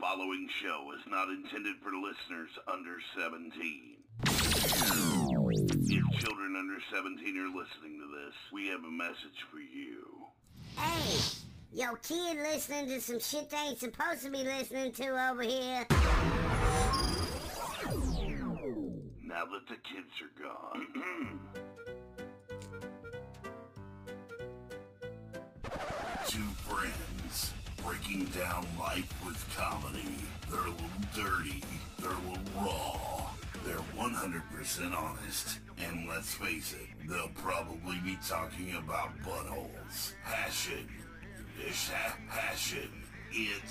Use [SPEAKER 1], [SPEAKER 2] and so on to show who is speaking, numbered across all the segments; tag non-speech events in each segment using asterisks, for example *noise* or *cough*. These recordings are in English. [SPEAKER 1] following show is not intended for listeners under 17. If children under 17 are listening to this, we have a message for you.
[SPEAKER 2] Hey, yo, kid listening to some shit they ain't supposed to be listening to over here.
[SPEAKER 1] Now that the kids are gone. *clears throat* Two friends breaking down life with comedy. They're a little dirty, they're a little raw, they're 100% honest, and let's face it, they'll probably be talking about buttholes. Hashing, dish ha- hashing it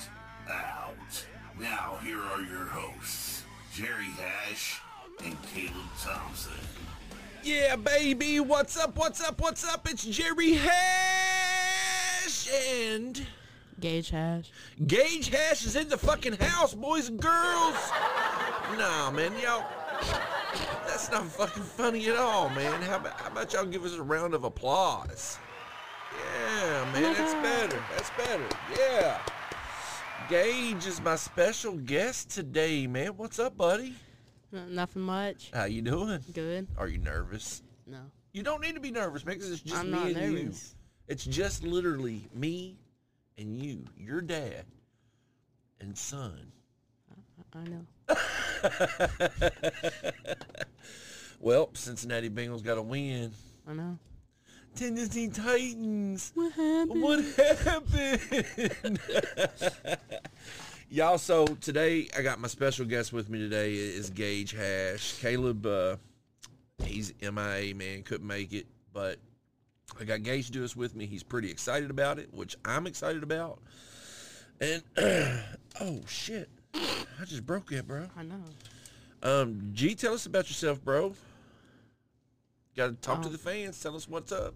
[SPEAKER 1] out. Now, here are your hosts, Jerry Hash and Caleb Thompson.
[SPEAKER 3] Yeah, baby. What's up? What's up? What's up? It's Jerry Hash and
[SPEAKER 4] Gage hash.
[SPEAKER 3] Gage Hash is in the fucking house, boys and girls. Nah, man, y'all. That's not fucking funny at all, man. How about, how about y'all give us a round of applause? Yeah, man, that's better. That's better. Yeah. Gage is my special guest today, man. What's up, buddy?
[SPEAKER 4] N- Uh, nothing much.
[SPEAKER 3] How you doing?
[SPEAKER 4] Good.
[SPEAKER 3] Are you nervous?
[SPEAKER 4] No.
[SPEAKER 3] You don't need to be nervous, man, 'cause it's just
[SPEAKER 4] I'm
[SPEAKER 3] me
[SPEAKER 4] not
[SPEAKER 3] and
[SPEAKER 4] nervous.
[SPEAKER 3] you. It's just literally me and you, your dad and son.
[SPEAKER 4] I know.
[SPEAKER 3] Well, Cincinnati Bengals got a win.
[SPEAKER 4] I know.
[SPEAKER 3] Tennessee Titans.
[SPEAKER 4] What happened?
[SPEAKER 3] What happened? *laughs* Y'all, so today I got my special guest with me today is Gage Hash. Caleb, uh, he's MIA, man, couldn't make it, but I got Gage to do this with me. He's pretty excited about it, which I'm excited about. And, *clears throat* oh, shit. I just broke it, bro.
[SPEAKER 4] I know.
[SPEAKER 3] Um, G, tell us about yourself, bro. Got to talk to
[SPEAKER 4] Um,
[SPEAKER 3] the fans. Tell us what's up.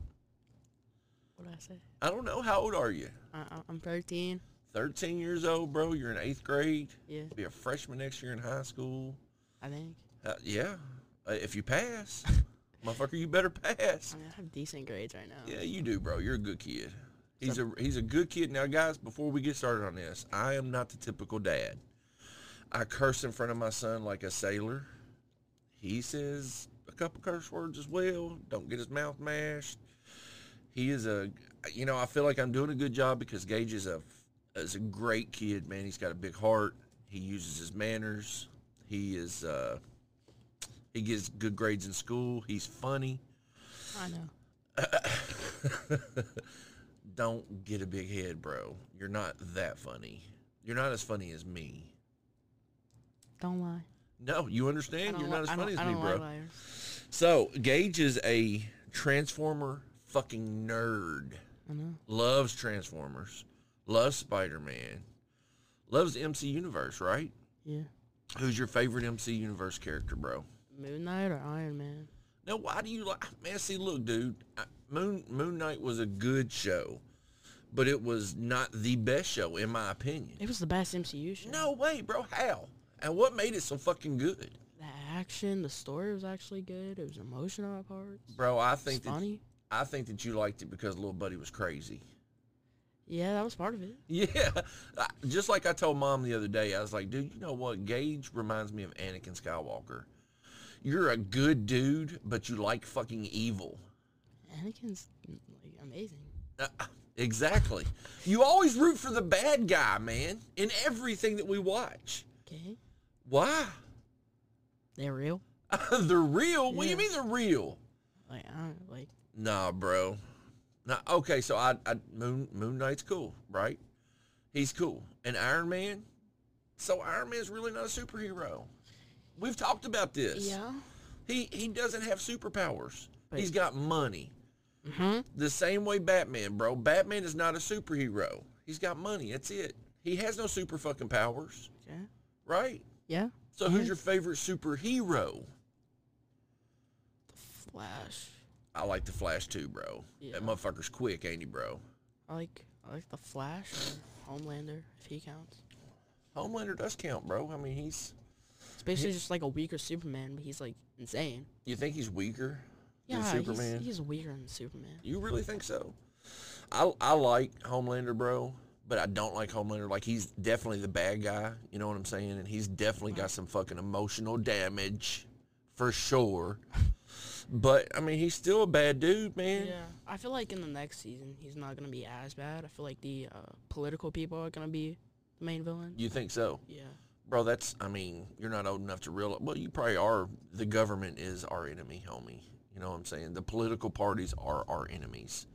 [SPEAKER 4] What did I say?
[SPEAKER 3] I don't know. How old are you?
[SPEAKER 4] I, I- I'm 13.
[SPEAKER 3] 13 years old, bro. You're in eighth grade.
[SPEAKER 4] Yeah,
[SPEAKER 3] Be a freshman next year in high school.
[SPEAKER 4] I think.
[SPEAKER 3] Uh, yeah. Uh, if you pass, motherfucker, you better pass.
[SPEAKER 4] I mean, I have decent grades right now.
[SPEAKER 3] Yeah, you do, bro. You're a good kid. He's a he's a good kid. Now, guys, before we get started on this, I am not the typical dad. I curse in front of my son like a sailor. He says a couple curse words as well. Don't get his mouth mashed. He is a, you know, I feel like I'm doing a good job because Gage is a is a great kid, man. He's got a big heart. He uses his manners. He is uh, he gets good grades in school. He's funny.
[SPEAKER 4] I know.
[SPEAKER 3] *laughs* don't get a big head, bro. You're not that funny. You're not as funny as me.
[SPEAKER 4] Don't lie.
[SPEAKER 3] No, you
[SPEAKER 4] I
[SPEAKER 3] understand?
[SPEAKER 4] don't
[SPEAKER 3] You're
[SPEAKER 4] li-
[SPEAKER 3] not as
[SPEAKER 4] I
[SPEAKER 3] funny
[SPEAKER 4] don't,
[SPEAKER 3] as
[SPEAKER 4] I
[SPEAKER 3] me,
[SPEAKER 4] don't
[SPEAKER 3] bro.
[SPEAKER 4] Lie liars.
[SPEAKER 3] So, Gage is a Transformer fucking nerd.
[SPEAKER 4] I know.
[SPEAKER 3] Loves Transformers. Loves Spider-Man. Loves the MC Universe, right?
[SPEAKER 4] Yeah.
[SPEAKER 3] Who's your favorite MC Universe character, bro?
[SPEAKER 4] Moon Knight or Iron Man?
[SPEAKER 3] Now, why do you like? Man, see, look, dude, I, Moon Moon Knight was a good show, but it was not the best show, in my opinion.
[SPEAKER 4] It was the best MCU show.
[SPEAKER 3] No way, bro. How? And what made it so fucking good?
[SPEAKER 4] The action, the story was actually good. It was emotional at parts.
[SPEAKER 3] Bro, I
[SPEAKER 4] It's
[SPEAKER 3] think that,
[SPEAKER 4] funny.
[SPEAKER 3] I think that you liked it because little buddy was crazy. *laughs*
[SPEAKER 4] Yeah, that was part of it.
[SPEAKER 3] Yeah. I- Just like I told mom the other day, I was like, dude, you know what? Gage reminds me of Anakin Skywalker. You're a good dude, but you like fucking evil.
[SPEAKER 4] Anakin's mm, like amazing.
[SPEAKER 3] Uh, exactly. You always root for the bad guy, man, in everything that we watch.
[SPEAKER 4] Okay,
[SPEAKER 3] Why? *laughs*
[SPEAKER 4] they're real.
[SPEAKER 3] they're real? What do you
[SPEAKER 4] Yeah.
[SPEAKER 3] mean they're real?
[SPEAKER 4] Like I don't like.
[SPEAKER 3] Nah, bro. Nah, okay, so I, I Moon Moon Knight's cool, right? He's cool. And Iron Man, so Iron Man's really not a superhero. We've talked about this.
[SPEAKER 4] Yeah.
[SPEAKER 3] He he doesn't have superpowers.
[SPEAKER 4] But-
[SPEAKER 3] He's got money.
[SPEAKER 4] Mm-hmm.
[SPEAKER 3] The same way Batman, bro. Batman is not a superhero. He's got money. That's it. He has no super fucking powers,
[SPEAKER 4] Okay.
[SPEAKER 3] right?
[SPEAKER 4] Yeah.
[SPEAKER 3] So who's
[SPEAKER 4] Yes.
[SPEAKER 3] your favorite superhero?
[SPEAKER 4] Flash.
[SPEAKER 3] I like the Flash too, bro.
[SPEAKER 4] Yeah.
[SPEAKER 3] That motherfucker's quick, ain't he, bro?
[SPEAKER 4] I like I like the Flash or Homelander if he counts.
[SPEAKER 3] Homelander does count, bro. I mean, he's
[SPEAKER 4] It's basically just like a weaker Superman, but he's like insane.
[SPEAKER 3] You think he's weaker
[SPEAKER 4] Yeah,
[SPEAKER 3] than Superman?
[SPEAKER 4] he's he's weaker than Superman.
[SPEAKER 3] You really think so? I I like Homelander, bro. but I don't like Homelander. Like he's definitely the bad guy. You know what I'm saying? And he's definitely got some fucking emotional damage, for sure. But I mean, he's still a bad dude, man.
[SPEAKER 4] Yeah, I feel like in the next season he's not gonna be as bad. I feel like the uh, political people are gonna be the main villain.
[SPEAKER 3] You think so,
[SPEAKER 4] Yeah,
[SPEAKER 3] bro? That's I mean, you're not old enough to realize. Well, you probably are. The government is our enemy, homie. You know what I'm saying? The political parties are our enemies.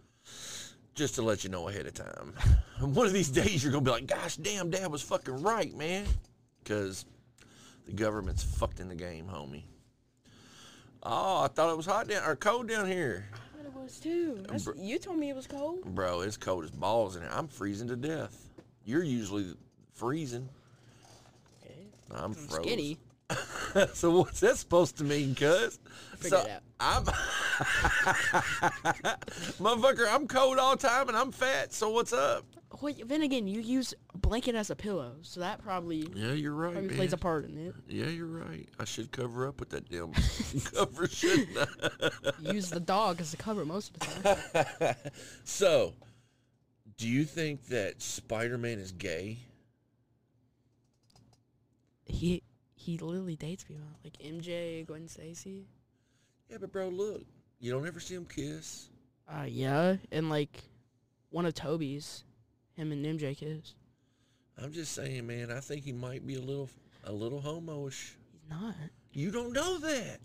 [SPEAKER 3] Just to let you know ahead of time. *laughs* One of these days you're gonna be like, gosh damn, dad was fucking right, man. Cause the government's fucked in the game, homie. Oh, I thought it was hot down or cold down here.
[SPEAKER 5] But it was too. That's-
[SPEAKER 3] br-
[SPEAKER 5] you told me it was cold.
[SPEAKER 3] Bro, it's cold as balls in here. I'm freezing to death. You're usually freezing.
[SPEAKER 4] okay.
[SPEAKER 3] I'm frozen.
[SPEAKER 4] Skinny.
[SPEAKER 3] so what's that supposed to mean, cuz?
[SPEAKER 4] Figure
[SPEAKER 3] so
[SPEAKER 4] it out.
[SPEAKER 3] I'm *laughs* motherfucker, I'm cold all time and I'm fat, so what's up?
[SPEAKER 4] Wait, then again, you use blanket as a pillow, so that probably
[SPEAKER 3] Yeah, you're right.
[SPEAKER 4] probably
[SPEAKER 3] man.
[SPEAKER 4] plays a part in it.
[SPEAKER 3] Yeah, you're right. I should cover up with that *laughs* damn cover, shouldn't I?
[SPEAKER 4] You use the dog as a cover most of the time.
[SPEAKER 3] So, do you think that Spider-Man is gay?
[SPEAKER 4] he he literally dates people like MJ, Gwen Stacy.
[SPEAKER 3] Yeah, but bro, look, you don't ever see him kiss.
[SPEAKER 4] Uh, yeah, and like one of Toby's, him and MJ kiss.
[SPEAKER 3] I'm just saying, man. I think he might be a little, a little homoish.
[SPEAKER 4] He's not.
[SPEAKER 3] You don't know that.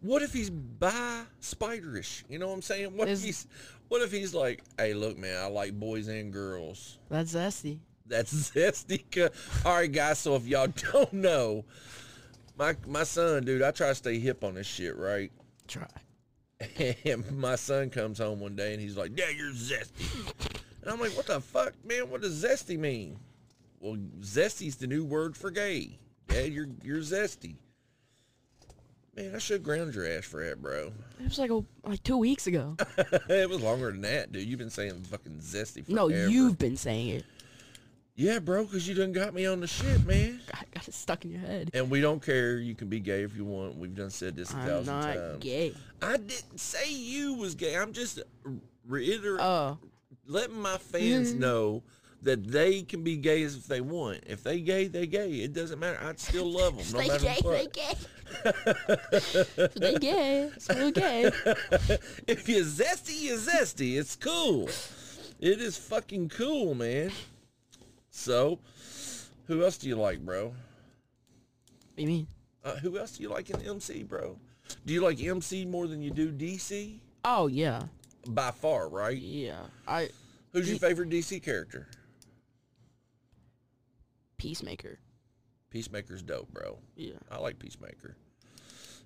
[SPEAKER 3] What if he's bi spiderish? You know what I'm saying? What
[SPEAKER 4] Is-
[SPEAKER 3] if he's what if he's like, hey, look, man, I like boys and girls.
[SPEAKER 4] That's zesty.
[SPEAKER 3] That's *laughs* zesty. cu- All right, guys. So if y'all *laughs* don't know, my my son, dude, I try to stay hip on this shit, right?
[SPEAKER 4] Try.
[SPEAKER 3] And my son comes home one day and he's like, "Yeah, you're zesty," and I'm like, "What the fuck, man? What does zesty mean?" Well, zesty's the new word for gay. Yeah, you're you're zesty. Man, I should ground your ass for that, bro. *laughs*
[SPEAKER 4] It was like a, like two weeks ago.
[SPEAKER 3] it was longer than that, dude. You've been saying fucking zesty for
[SPEAKER 4] no, you've been saying it. *laughs*
[SPEAKER 3] Yeah, bro, because you done got me on the shit, man.
[SPEAKER 4] I got it stuck in your head.
[SPEAKER 3] And we don't care. You can be gay if you want. We've done said this a
[SPEAKER 4] I'm
[SPEAKER 3] thousand
[SPEAKER 4] not
[SPEAKER 3] times.
[SPEAKER 4] gay.
[SPEAKER 3] I didn't say you was gay. I'm just reiterating,
[SPEAKER 4] Oh,
[SPEAKER 3] letting my fans
[SPEAKER 4] Mm-hmm.
[SPEAKER 3] know that they can be gay as if they want. If they gay, they gay. It doesn't matter. I'd still
[SPEAKER 4] *laughs*
[SPEAKER 3] love them. no
[SPEAKER 4] they
[SPEAKER 3] matter
[SPEAKER 4] gay, they
[SPEAKER 3] what.
[SPEAKER 4] gay. they gay. It's real gay.
[SPEAKER 3] *laughs* if you're zesty, you're zesty. It's cool. It is fucking cool, man. So, who else do you like, bro?
[SPEAKER 4] you mean?
[SPEAKER 3] Uh, who else do you like in MC, bro? Do you like MC more than you do DC?
[SPEAKER 4] Oh yeah,
[SPEAKER 3] By far, right?
[SPEAKER 4] yeah. I
[SPEAKER 3] Who's your favorite DC character?
[SPEAKER 4] peacemaker.
[SPEAKER 3] Peacemaker's dope, bro.
[SPEAKER 4] Yeah.
[SPEAKER 3] I like Peacemaker.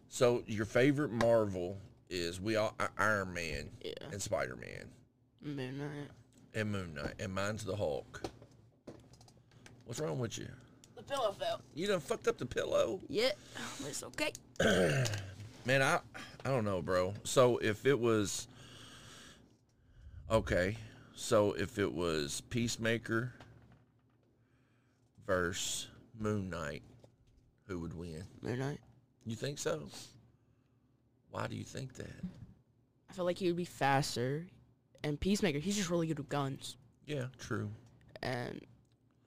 [SPEAKER 3] So your favorite Marvel is we all I- Iron Man
[SPEAKER 4] Yeah.
[SPEAKER 3] and Spider Man
[SPEAKER 4] Moon Knight.
[SPEAKER 3] and Moon Knight and mine's the Hulk. What's wrong with you?
[SPEAKER 4] The pillow fell.
[SPEAKER 3] You done fucked up the pillow,
[SPEAKER 4] Yeah, but it's okay.
[SPEAKER 3] man. I I don't know, bro. So if it was okay, so if it was Peacemaker versus Moon Knight, who would win?
[SPEAKER 4] Moon Knight.
[SPEAKER 3] You think so? Why do you think that?
[SPEAKER 4] I feel like he would be faster. And Peacemaker, he's just really good with guns.
[SPEAKER 3] Yeah, true.
[SPEAKER 4] And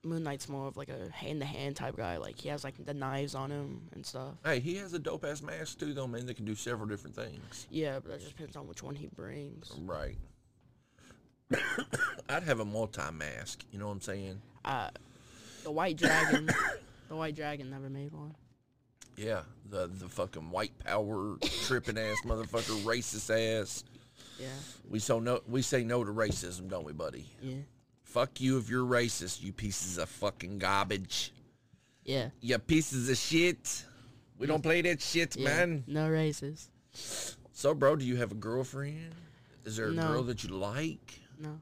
[SPEAKER 4] Moon Knight's more of like a hand-to-hand type guy. Like he has like the knives on him and stuff.
[SPEAKER 3] Hey, he has a dope ass mask too, though, man. That can do several different things.
[SPEAKER 4] Yeah, but that just depends on which one he brings.
[SPEAKER 3] Right. *coughs* I'd have a multi mask. You know what I'm saying?
[SPEAKER 4] Uh, the White Dragon. the White Dragon never made one.
[SPEAKER 3] Yeah, the the fucking white power tripping ass motherfucker, racist ass.
[SPEAKER 4] Yeah.
[SPEAKER 3] We so no we say no to racism, don't we, buddy?
[SPEAKER 4] Yeah.
[SPEAKER 3] Fuck you if you're racist, you pieces of fucking garbage.
[SPEAKER 4] Yeah.
[SPEAKER 3] You pieces of shit. We don't play that shit,
[SPEAKER 4] yeah.
[SPEAKER 3] man.
[SPEAKER 4] No races.
[SPEAKER 3] So, bro, do you have a girlfriend? Is there a
[SPEAKER 4] No.
[SPEAKER 3] girl that you like?
[SPEAKER 4] No.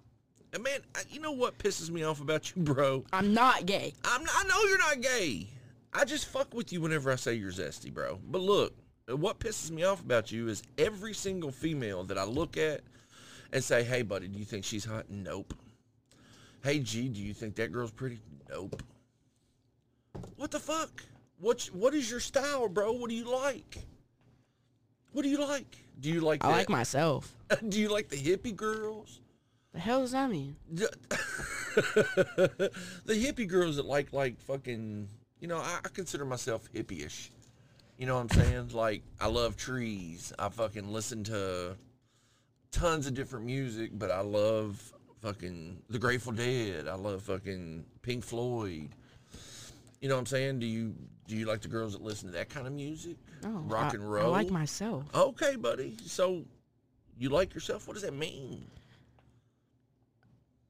[SPEAKER 3] And man, I- you know what pisses me off about you, *laughs* bro?
[SPEAKER 4] I'm not gay.
[SPEAKER 3] I'm I know you're not gay. I just fuck with you whenever I say you're zesty, bro. But look, what pisses me off about you is every single female that I look at and say, "Hey, buddy, do you think she's hot?" Nope. Hey, G, do you think that girl's pretty? Nope. What the fuck? What what is your style, bro? What do you like? What do you like? Do you like
[SPEAKER 4] I
[SPEAKER 3] the, *laughs*
[SPEAKER 4] like myself.
[SPEAKER 3] do you like the hippie girls?
[SPEAKER 4] The hell does that mean?
[SPEAKER 3] D- *laughs* the hippie girls that like like fucking you know I, I consider myself hippie-ish you know what i'm saying like i love trees i fucking listen to tons of different music but i love fucking the grateful dead i love fucking pink floyd you know what i'm saying do you do you like the girls that listen to that kind of music
[SPEAKER 4] No,
[SPEAKER 3] rock
[SPEAKER 4] Oh, I-
[SPEAKER 3] and roll
[SPEAKER 4] I like myself.
[SPEAKER 3] okay buddy so you like yourself what does that mean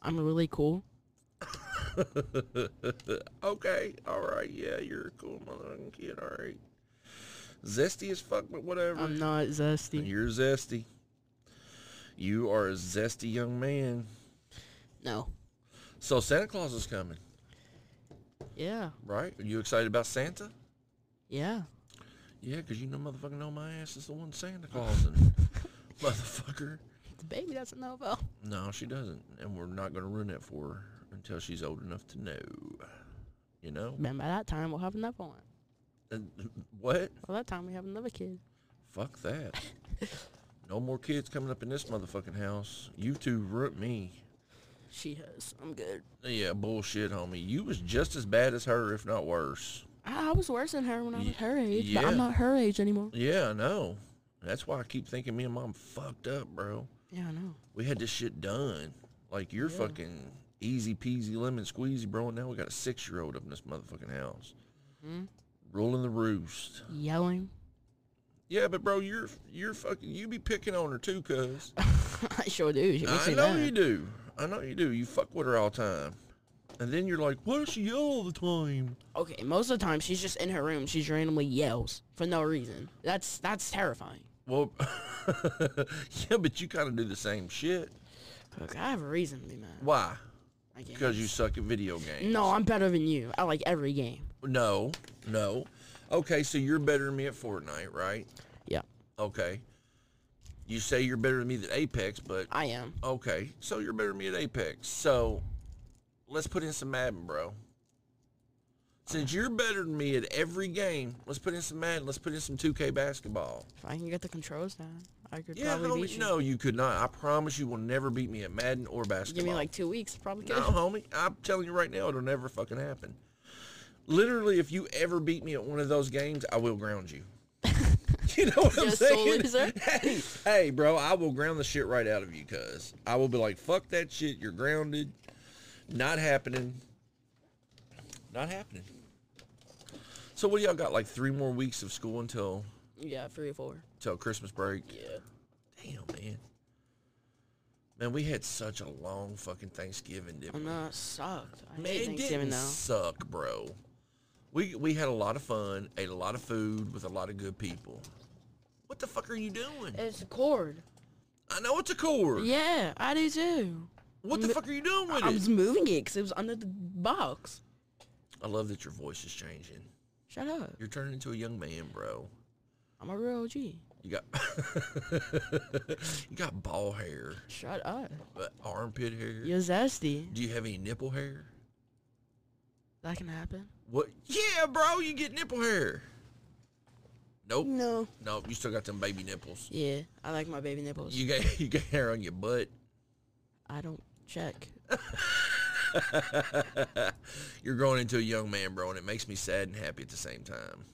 [SPEAKER 4] I'm really cool.
[SPEAKER 3] *laughs* okay, all right, yeah, you're a cool motherfucking kid, all right. Zesty as fuck, but whatever.
[SPEAKER 4] I'm not zesty.
[SPEAKER 3] You're zesty. You are a zesty young man.
[SPEAKER 4] No.
[SPEAKER 3] So Santa Claus is coming,
[SPEAKER 4] Yeah.
[SPEAKER 3] right? Are you excited about Santa?
[SPEAKER 4] Yeah.
[SPEAKER 3] Yeah, 'cause you know motherfucking know my ass is the one Santa Claus
[SPEAKER 4] *laughs*
[SPEAKER 3] and motherfucker.
[SPEAKER 4] The baby doesn't know though.
[SPEAKER 3] No, she doesn't. And we're not gonna ruin it for her until she's old enough to know. You know?
[SPEAKER 4] Man, by that time we'll have another one.
[SPEAKER 3] And- what?
[SPEAKER 4] By that time we have another kid.
[SPEAKER 3] Fuck that. no more kids coming up in this motherfucking house. You two ruined me.
[SPEAKER 4] She has. I'm good.
[SPEAKER 3] Yeah, bullshit, homie. You was just as bad as her, if not worse.
[SPEAKER 4] I, I was worse than her when I
[SPEAKER 3] Ye-
[SPEAKER 4] was her age, but
[SPEAKER 3] yeah.
[SPEAKER 4] I'm not her age anymore.
[SPEAKER 3] Yeah, I know. That's why I keep thinking me and mom fucked up, bro.
[SPEAKER 4] Yeah, I know.
[SPEAKER 3] We had this shit done. Like you're fucking easy peasy lemon squeezy, bro. And now we got a six year old up in this motherfucking house, Hmm? ruling the roost.
[SPEAKER 4] Yelling. *laughs*
[SPEAKER 3] Yeah, but bro, you're you're fucking you be picking on her too, cuz.
[SPEAKER 4] I sure do. She makes
[SPEAKER 3] I
[SPEAKER 4] me
[SPEAKER 3] know
[SPEAKER 4] mad.
[SPEAKER 3] you do. I know you do. You fuck with her all the time. And then you're like, why does she yell all the time?
[SPEAKER 4] Okay, most of the time she's just in her room. She's randomly yells for no reason. That's that's terrifying.
[SPEAKER 3] Well, *laughs* yeah, but you kind of do the same shit.
[SPEAKER 4] Look, I have a reason to be mad.
[SPEAKER 3] Why?
[SPEAKER 4] I guess.
[SPEAKER 3] Because you suck at video games.
[SPEAKER 4] No, I'm better than you. I like every game.
[SPEAKER 3] No, no. Okay, so you're better than me at Fortnite, right?
[SPEAKER 4] Yeah,
[SPEAKER 3] Okay. You say you're better than me at Apex, but
[SPEAKER 4] I am.
[SPEAKER 3] okay, so you're better than me at Apex. So let's put in some Madden, bro. Since you're better than me at every game, let's put in some Madden. Let's put in some 2K basketball.
[SPEAKER 4] If I can get the controls down, I could
[SPEAKER 3] Yeah,
[SPEAKER 4] probably
[SPEAKER 3] homie.
[SPEAKER 4] beat you.
[SPEAKER 3] No, you could not. I promise you will never beat me at Madden or basketball.
[SPEAKER 4] Give me like two weeks, probably
[SPEAKER 3] no,
[SPEAKER 4] could.
[SPEAKER 3] homie. I'm telling you right now, it'll never fucking happen. Literally, if you ever beat me at one of those games, I will ground you. *laughs* You know what I'm
[SPEAKER 4] You're a sore
[SPEAKER 3] saying?
[SPEAKER 4] loser.
[SPEAKER 3] *laughs* Hey, hey, bro, I will ground the shit right out of you, cuz. I will be like, fuck that shit. You're grounded. Not happening. Not happening. So what do y'all got? Like three more weeks of school until
[SPEAKER 4] Yeah, three or four.
[SPEAKER 3] till Christmas break?
[SPEAKER 4] Yeah.
[SPEAKER 3] Damn, man. Man, we had such a long fucking Thanksgiving, didn't
[SPEAKER 4] I'm
[SPEAKER 3] we?
[SPEAKER 4] not sucked. I
[SPEAKER 3] Man,
[SPEAKER 4] hate
[SPEAKER 3] it
[SPEAKER 4] Thanksgiving
[SPEAKER 3] didn't
[SPEAKER 4] now.
[SPEAKER 3] suck, bro. We we had a lot of fun, ate a lot of food with a lot of good people. What the fuck are you doing?
[SPEAKER 4] It's a cord.
[SPEAKER 3] I know it's a cord.
[SPEAKER 4] Yeah, I do too.
[SPEAKER 3] What the
[SPEAKER 4] m-
[SPEAKER 3] fuck are you doing with
[SPEAKER 4] I
[SPEAKER 3] it?
[SPEAKER 4] was moving it because it was under the box.
[SPEAKER 3] I love that your voice is changing.
[SPEAKER 4] Shut up.
[SPEAKER 3] You're turning into a young man, bro.
[SPEAKER 4] I'm a real OG.
[SPEAKER 3] You got *laughs* you got ball hair,
[SPEAKER 4] Shut up.
[SPEAKER 3] uh, armpit hair.
[SPEAKER 4] You're zesty.
[SPEAKER 3] Do you have any nipple hair?
[SPEAKER 4] That can happen.
[SPEAKER 3] What? Yeah, bro, you get nipple hair. Nope.
[SPEAKER 4] No.
[SPEAKER 3] Nope. You still got them baby nipples.
[SPEAKER 4] Yeah, I like my baby nipples.
[SPEAKER 3] You got *laughs* you got hair on your butt.
[SPEAKER 4] I don't check.
[SPEAKER 3] You're growing into a young man, bro, and it makes me sad and happy at the same time.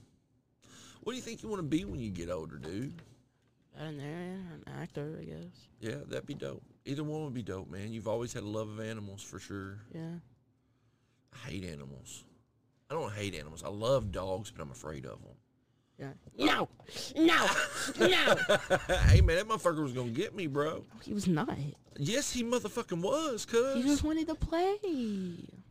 [SPEAKER 3] What do you think you want to be when you get older, dude?
[SPEAKER 4] Veterinarian, an actor, I guess.
[SPEAKER 3] Yeah, that'd be dope. Either one would be dope, man. You've always had a love of animals for sure.
[SPEAKER 4] Yeah.
[SPEAKER 3] I hate animals. I don't hate animals. I love dogs, but I'm afraid of them.
[SPEAKER 4] Yeah. No, no, no.
[SPEAKER 3] *laughs* hey, man, that motherfucker was gonna get me, bro.
[SPEAKER 4] He was not.
[SPEAKER 3] Yes, he motherfucking was,
[SPEAKER 4] He
[SPEAKER 3] cuz.
[SPEAKER 4] just wanted to play.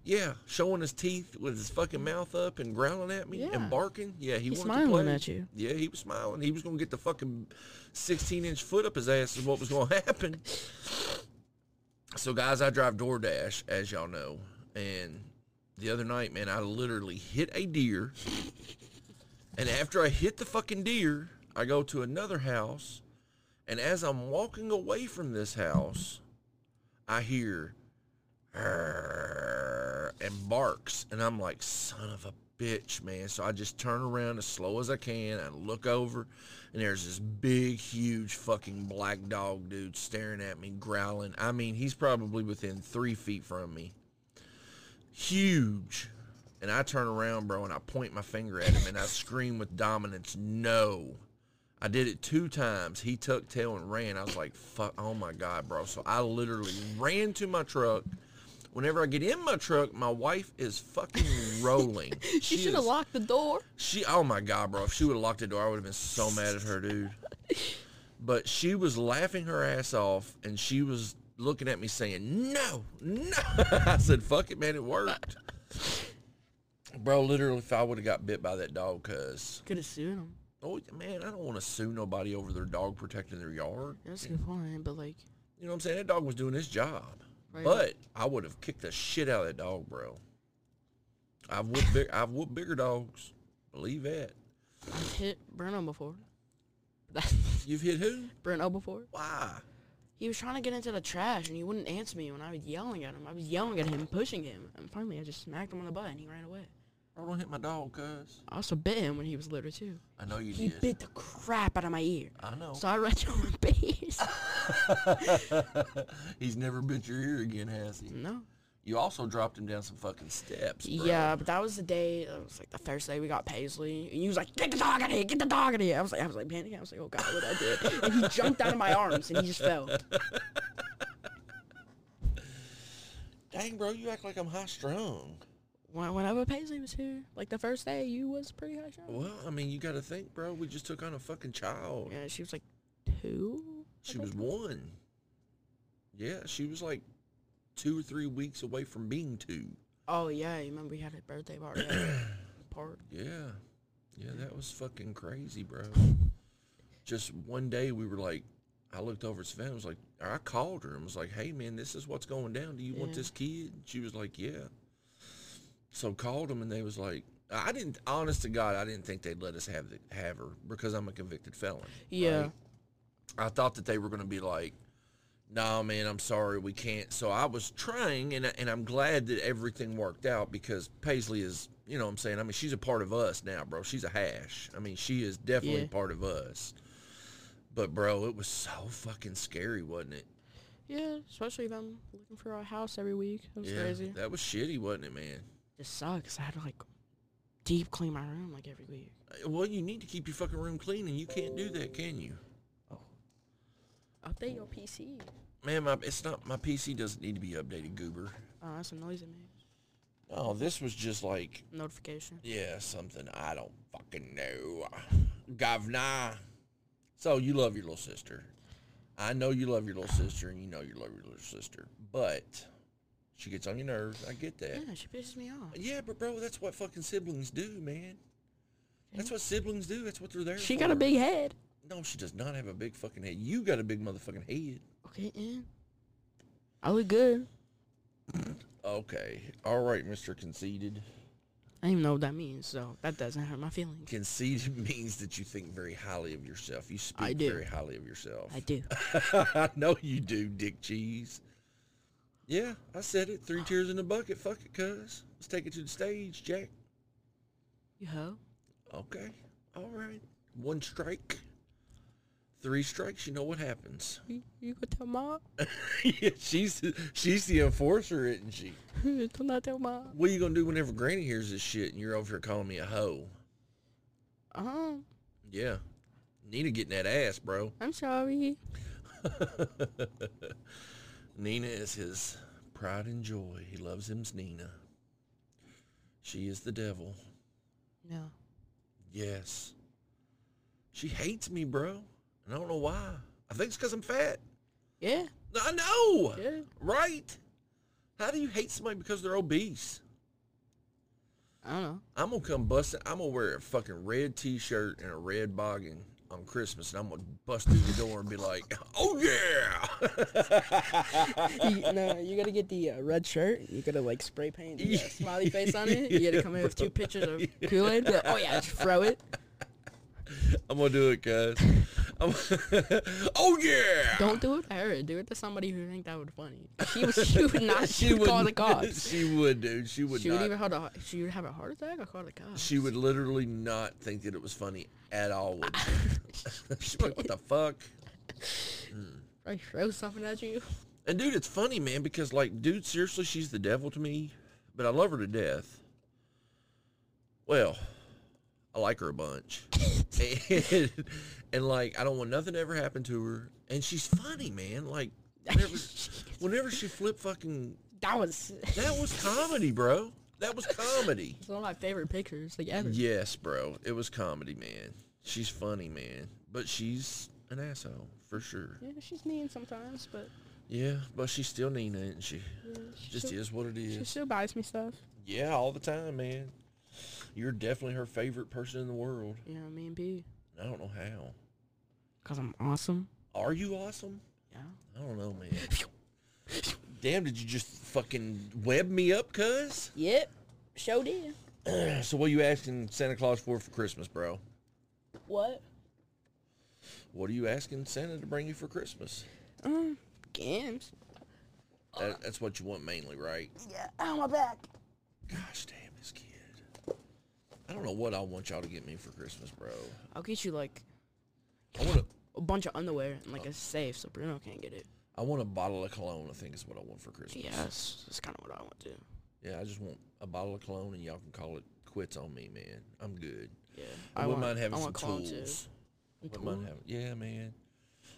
[SPEAKER 3] Yeah, showing his teeth with his fucking mouth up and growling at me
[SPEAKER 4] Yeah.
[SPEAKER 3] and barking. Yeah, he
[SPEAKER 4] He's
[SPEAKER 3] wanted to
[SPEAKER 4] smiling
[SPEAKER 3] play.
[SPEAKER 4] at you.
[SPEAKER 3] Yeah, he was smiling. He was gonna get the fucking sixteen inch foot up his ass is what was gonna happen. So guys, I drive DoorDash, as y'all know, and the other night, man, I literally hit a deer. And after I hit the fucking deer, I go to another house, and as I'm walking away from this house, I hear "Arr," and barks, and I'm like, son of a bitch, man. So I just turn around as slow as I can and look over, and there's this big, huge fucking black dog dude staring at me, growling. I mean, he's probably within three feet from me. Huge. And I turn around, bro, and I point my finger at him and I scream with dominance, no. I did it two times. He tucked tail and ran. I was like, fuck, oh my God, bro. So I literally ran to my truck. Whenever I get in my truck, my wife is fucking rolling.
[SPEAKER 4] She should have
[SPEAKER 3] is-
[SPEAKER 4] locked the door.
[SPEAKER 3] she, oh my god, bro! If she would have locked the door, I would have been so mad at her, dude. But she was laughing her ass off, and she was looking at me saying, "No, no." *laughs* I said, "Fuck it, man! It worked." Bro, literally, if I would have got bit by that dog, cuz,
[SPEAKER 4] Could have sued him.
[SPEAKER 3] oh man, I don't want to sue nobody over their dog protecting their yard.
[SPEAKER 4] That's a good point, but like,
[SPEAKER 3] You know what I'm saying? That dog was doing his job.
[SPEAKER 4] Right.
[SPEAKER 3] But I would have kicked the shit out of that dog, bro. I've whooped, big, I've whooped bigger dogs. Believe that.
[SPEAKER 4] I've hit Bruno before. *laughs*
[SPEAKER 3] You've hit who?
[SPEAKER 4] Bruno before.
[SPEAKER 3] Why?
[SPEAKER 4] He was trying to get into the trash and he wouldn't answer me when I was yelling at him. I was yelling at him, pushing him, and finally I just smacked him on the butt and he ran away.
[SPEAKER 3] I don't hit my dog, cuz.
[SPEAKER 4] I also bit him when he was little too.
[SPEAKER 3] I know you
[SPEAKER 4] He
[SPEAKER 3] did.
[SPEAKER 4] bit the crap out of my ear.
[SPEAKER 3] I know.
[SPEAKER 4] So I ran *laughs* to my base.
[SPEAKER 3] *laughs* He's never bit your ear again, has he?
[SPEAKER 4] no.
[SPEAKER 3] You also dropped him down some fucking steps. Bro.
[SPEAKER 4] Yeah, but that was the day. That was like the first day we got Paisley, and he was like, "Get the dog out of here! Get the dog out of here!" I was like, I was like panicking. I was like, "Oh God, what I did!" And he jumped out of my arms, and he just fell.
[SPEAKER 3] Dang, bro, you act like I'm high strung.
[SPEAKER 4] When- Whenever Paisley was here, like the first day, you was pretty high shot.
[SPEAKER 3] Well, I mean, you got to think, bro. We just took on a fucking child.
[SPEAKER 4] Yeah, she was like two.
[SPEAKER 3] She was one. Yeah, she was like two or three weeks away from being two.
[SPEAKER 4] Oh yeah, you remember we had a birthday party at the *coughs* park?
[SPEAKER 3] Yeah. Yeah, that was fucking crazy, bro. Just one day we were like, I looked over at Savannah and was like, or I called her and was like, hey, man, this is what's going down. Do you want
[SPEAKER 4] Yeah.
[SPEAKER 3] this kid? She was like, yeah. So called them and they was like, I didn't, honest to God, I didn't think they'd let us have, the, have her because I'm a convicted felon.
[SPEAKER 4] Yeah.
[SPEAKER 3] right? I thought that they were going to be like, nah, man, I'm sorry, we can't. So I was trying, and, I- and I'm glad that everything worked out because Paisley is, you know what I'm saying? I mean, she's a part of us now, bro. She's a hash. I mean, she is definitely
[SPEAKER 4] Yeah.
[SPEAKER 3] part of us. But, bro, it was so fucking scary, wasn't it?
[SPEAKER 4] Yeah, especially them looking for our house every week. It was crazy.
[SPEAKER 3] That was shitty, wasn't it, man?
[SPEAKER 4] It sucks. I had to like deep clean my room like every week.
[SPEAKER 3] Uh, Well, you need to keep your fucking room clean, and you can't do that, can you?
[SPEAKER 4] Update your PC.
[SPEAKER 3] Man, my, it's not, my PC doesn't need to be updated, goober.
[SPEAKER 4] Oh, that's a noise it makes.
[SPEAKER 3] Oh, this was just like
[SPEAKER 4] Notification.
[SPEAKER 3] Yeah, something I don't fucking know. Governor. So you love your little sister. I know you love your little sister and you know you love your little sister. But she gets on your nerves. I get that.
[SPEAKER 4] Yeah, she pisses me off.
[SPEAKER 3] Yeah, but bro, that's what fucking siblings do, man. That's what siblings do. That's what they're there
[SPEAKER 4] She got a
[SPEAKER 3] for.
[SPEAKER 4] big head.
[SPEAKER 3] No, she does not have a big fucking head. You got a big motherfucking head.
[SPEAKER 4] Okay, and I look good.
[SPEAKER 3] Okay. All right, Mr. Conceited.
[SPEAKER 4] I don't even know what that means, so that doesn't hurt my feelings.
[SPEAKER 3] Conceited *laughs* means that you think very highly of yourself. You speak
[SPEAKER 4] I do.
[SPEAKER 3] very highly of yourself.
[SPEAKER 4] I do.
[SPEAKER 3] I *laughs* know you do, Dick Cheese. Yeah, I said it. Three tears in the bucket. Fuck it, cuz. Let's take it to the stage, Jack.
[SPEAKER 4] You hoe?
[SPEAKER 3] Okay. All right. One strike. Three strikes, you know what happens. *laughs*
[SPEAKER 4] You, you go tell mom?
[SPEAKER 3] yeah, she's she's the enforcer, isn't she?
[SPEAKER 4] *laughs* Don't not tell mom.
[SPEAKER 3] What are you gonna do whenever Granny hears this shit and you're over here calling me a hoe?
[SPEAKER 4] Um,
[SPEAKER 3] Yeah. Nina getting that ass, bro.
[SPEAKER 4] I'm sorry.
[SPEAKER 3] Nina is his pride and joy. He loves him's Nina. She is the devil.
[SPEAKER 4] No.
[SPEAKER 3] Yes. She hates me, bro. And I don't know why. I think it's because I'm fat.
[SPEAKER 4] Yeah.
[SPEAKER 3] I know.
[SPEAKER 4] Yeah.
[SPEAKER 3] Right? How do you hate somebody because they're obese?
[SPEAKER 4] I don't know.
[SPEAKER 3] I'm going to come busting. I'm going to wear a fucking red t-shirt and a red boggin on Christmas. And I'm going to bust through the door and be like, *laughs* oh, yeah. *laughs*
[SPEAKER 4] You- no, you gotta get the uh, red shirt. You gotta like spray paint the uh, smiley face on it. You gotta come in with two pictures of Kool Aid. Like, oh yeah, just throw it.
[SPEAKER 3] I'm going to do it, guys. *laughs* oh yeah.
[SPEAKER 4] Don't do it to her. Do it to somebody who think that would funny. She, would- she would not. *laughs* She, would call the
[SPEAKER 3] wouldn't-
[SPEAKER 4] cops.
[SPEAKER 3] *laughs* she would, dude. She would
[SPEAKER 4] She
[SPEAKER 3] not.
[SPEAKER 4] would even have a she would have a heart attack or call the cops.
[SPEAKER 3] she would literally not think that it was funny at all. Would *laughs* she? She'd be like, what the fuck?
[SPEAKER 4] Like throw something at you.
[SPEAKER 3] And dude, it's funny, man, because like, dude, seriously, she's the devil to me, but I love her to death. Well, I like her a bunch, and, and like, I don't want nothing to ever happen to her. And she's funny, man. Like, whenever, whenever she flip fucking,
[SPEAKER 4] That was *laughs*
[SPEAKER 3] that was comedy, bro. That was comedy.
[SPEAKER 4] it's one of my favorite pictures like ever.
[SPEAKER 3] Yes, bro. It was comedy, man. She's funny, man, but she's an asshole for sure.
[SPEAKER 5] Yeah, she's mean sometimes, but
[SPEAKER 3] Yeah, but she's still Nina, isn't she?
[SPEAKER 5] she
[SPEAKER 3] Just
[SPEAKER 5] still,
[SPEAKER 3] is what it is.
[SPEAKER 5] she still buys me stuff.
[SPEAKER 3] Yeah, all the time, man. You're definitely her favorite person in the world.
[SPEAKER 4] You know what I mean, B?
[SPEAKER 3] I don't know how.
[SPEAKER 4] Cause I'm awesome.
[SPEAKER 3] Are you awesome?
[SPEAKER 4] Yeah.
[SPEAKER 3] I don't know, man. Damn, did you just fucking web me up, cuz?
[SPEAKER 4] Yep. Show did.
[SPEAKER 3] So what you asking Santa Claus for for Christmas, bro?
[SPEAKER 5] What?
[SPEAKER 3] What are you asking Santa to bring you for Christmas?
[SPEAKER 4] Um, games.
[SPEAKER 3] That, that's what you want mainly, right?
[SPEAKER 4] Yeah. Ow, my back.
[SPEAKER 3] Gosh damn, this kid. I don't know what I want y'all to get me for Christmas, bro.
[SPEAKER 4] I'll get you like
[SPEAKER 3] I want a,
[SPEAKER 4] a bunch of underwear and like a safe so Bruno can't get it.
[SPEAKER 3] I want a bottle of cologne, I think is what I want for Christmas.
[SPEAKER 4] Yeah, that's, that's kind of what I want to.
[SPEAKER 3] Yeah, I just want a bottle of cologne, and y'all can call it quits on me, man. I'm good.
[SPEAKER 4] Yeah.
[SPEAKER 3] I, wouldn't mind having
[SPEAKER 4] I
[SPEAKER 3] some
[SPEAKER 4] want cologne,
[SPEAKER 3] tools.
[SPEAKER 4] too.
[SPEAKER 3] Wouldn't mind having, yeah, man.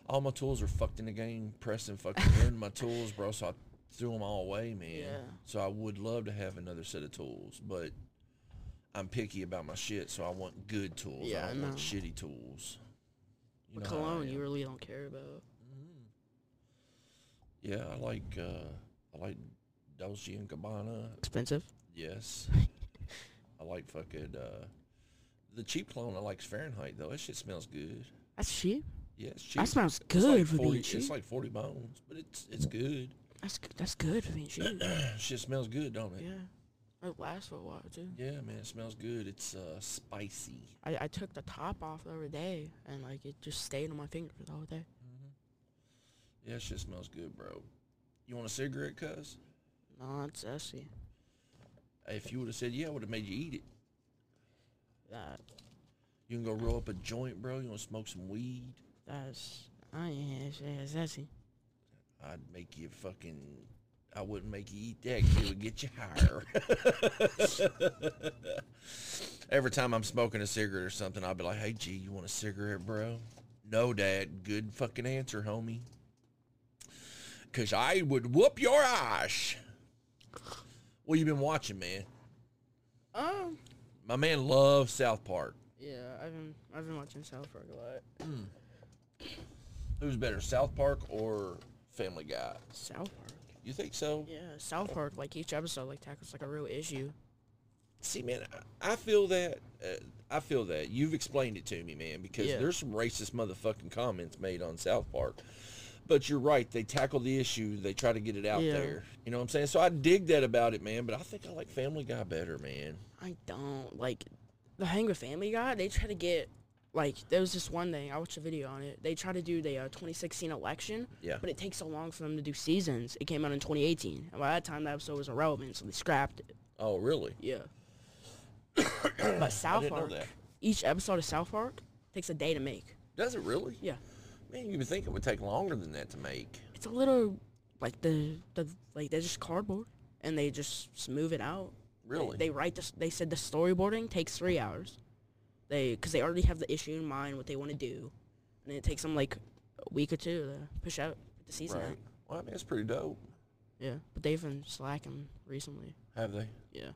[SPEAKER 3] All my tools are fucked in the game, pressing
[SPEAKER 4] *laughs*
[SPEAKER 3] fucking ruined my tools, bro. So I threw them all away, man.
[SPEAKER 4] Yeah.
[SPEAKER 3] So I would love to have another set of tools, but I'm picky about my shit, so I want good tools.
[SPEAKER 4] Yeah,
[SPEAKER 3] I
[SPEAKER 4] I
[SPEAKER 3] don't want
[SPEAKER 4] know.
[SPEAKER 3] shitty tools. You
[SPEAKER 4] But
[SPEAKER 3] know how I
[SPEAKER 4] cologne,
[SPEAKER 3] am.
[SPEAKER 4] you really don't care about.
[SPEAKER 3] yeah, I like uh, I like Dolce and Gabbana.
[SPEAKER 4] Expensive. *laughs*
[SPEAKER 3] Yes. I like fucking uh the cheap clone I like is Fahrenheit though. That shit smells good.
[SPEAKER 4] That's cheap.
[SPEAKER 3] Yeah, it's cheap.
[SPEAKER 4] That smells
[SPEAKER 3] It's like
[SPEAKER 4] good for
[SPEAKER 3] 40,
[SPEAKER 4] being
[SPEAKER 3] It's
[SPEAKER 4] cheap.
[SPEAKER 3] like forty bones, but it's it's good. *clears throat*
[SPEAKER 4] That's g- that's good for being cheap.
[SPEAKER 3] shit smells good, don't it?
[SPEAKER 4] yeah. It lasts for a while too.
[SPEAKER 3] Yeah, man, it smells good. It's uh spicy.
[SPEAKER 4] I, I took the top off the other day and like it just stayed on my finger for the whole day.
[SPEAKER 3] Yeah, shit smells good, bro. You want a cigarette, cuz?
[SPEAKER 4] No, it's Essie.
[SPEAKER 3] If you would have said yeah, I would have made you eat it.
[SPEAKER 4] That
[SPEAKER 3] You can go roll up a joint, bro. You want to smoke some weed?
[SPEAKER 4] that's I ain't it's Essie.
[SPEAKER 3] I'd make you fucking. I wouldn't make you eat that 'cause it would get you higher. *laughs* Every time I'm smoking a cigarette or something, I'll be like, "Hey, G, you want a cigarette, bro?" No, Dad. Good fucking answer, homie. Cause I would whoop your ass. What you been watching, man?
[SPEAKER 4] Um.
[SPEAKER 3] My man loves South Park.
[SPEAKER 4] Yeah, I've been I've been watching South Park a lot.
[SPEAKER 3] Who's better, South Park or Family Guy?
[SPEAKER 4] South Park.
[SPEAKER 3] You think so?
[SPEAKER 4] Yeah, South Park. Like each episode, like tackles like a real issue.
[SPEAKER 3] See, man, I I feel that. Uh, I feel that. You've explained it to me, man, because
[SPEAKER 4] Yeah.
[SPEAKER 3] there's some racist motherfucking comments made on South Park. But you're right. They tackle the issue. They try to get it out
[SPEAKER 4] Yeah.
[SPEAKER 3] there. You know what I'm saying? So I dig that about it, man. But I think I like Family Guy better, man.
[SPEAKER 4] I don't like the Hang with Family Guy. They try to get like there was this one thing I watched a video on it. They try to do the uh, 2016 election,
[SPEAKER 3] Yeah.
[SPEAKER 4] but it takes so long for them to do seasons. It came out in 2018, and by that time, that episode was irrelevant, so they scrapped it.
[SPEAKER 3] Oh, really?
[SPEAKER 4] Yeah. but South
[SPEAKER 3] didn't know
[SPEAKER 4] Park,
[SPEAKER 3] that.
[SPEAKER 4] each episode of South Park takes a day to make.
[SPEAKER 3] Does it really?
[SPEAKER 4] Yeah,
[SPEAKER 3] Man, you would think it would take longer than that to make.
[SPEAKER 4] it's a little like the the like they're just cardboard, and they just smooth it out. They-
[SPEAKER 3] Really?
[SPEAKER 4] They, write this. They said the storyboarding takes three hours. They because they already have the issue in mind, what they want to do, and it takes them like a week or two to push out the season. out.
[SPEAKER 3] right. Well, I mean, it's pretty dope.
[SPEAKER 4] Yeah, but they've been slacking recently.
[SPEAKER 3] Have they?
[SPEAKER 4] Yeah.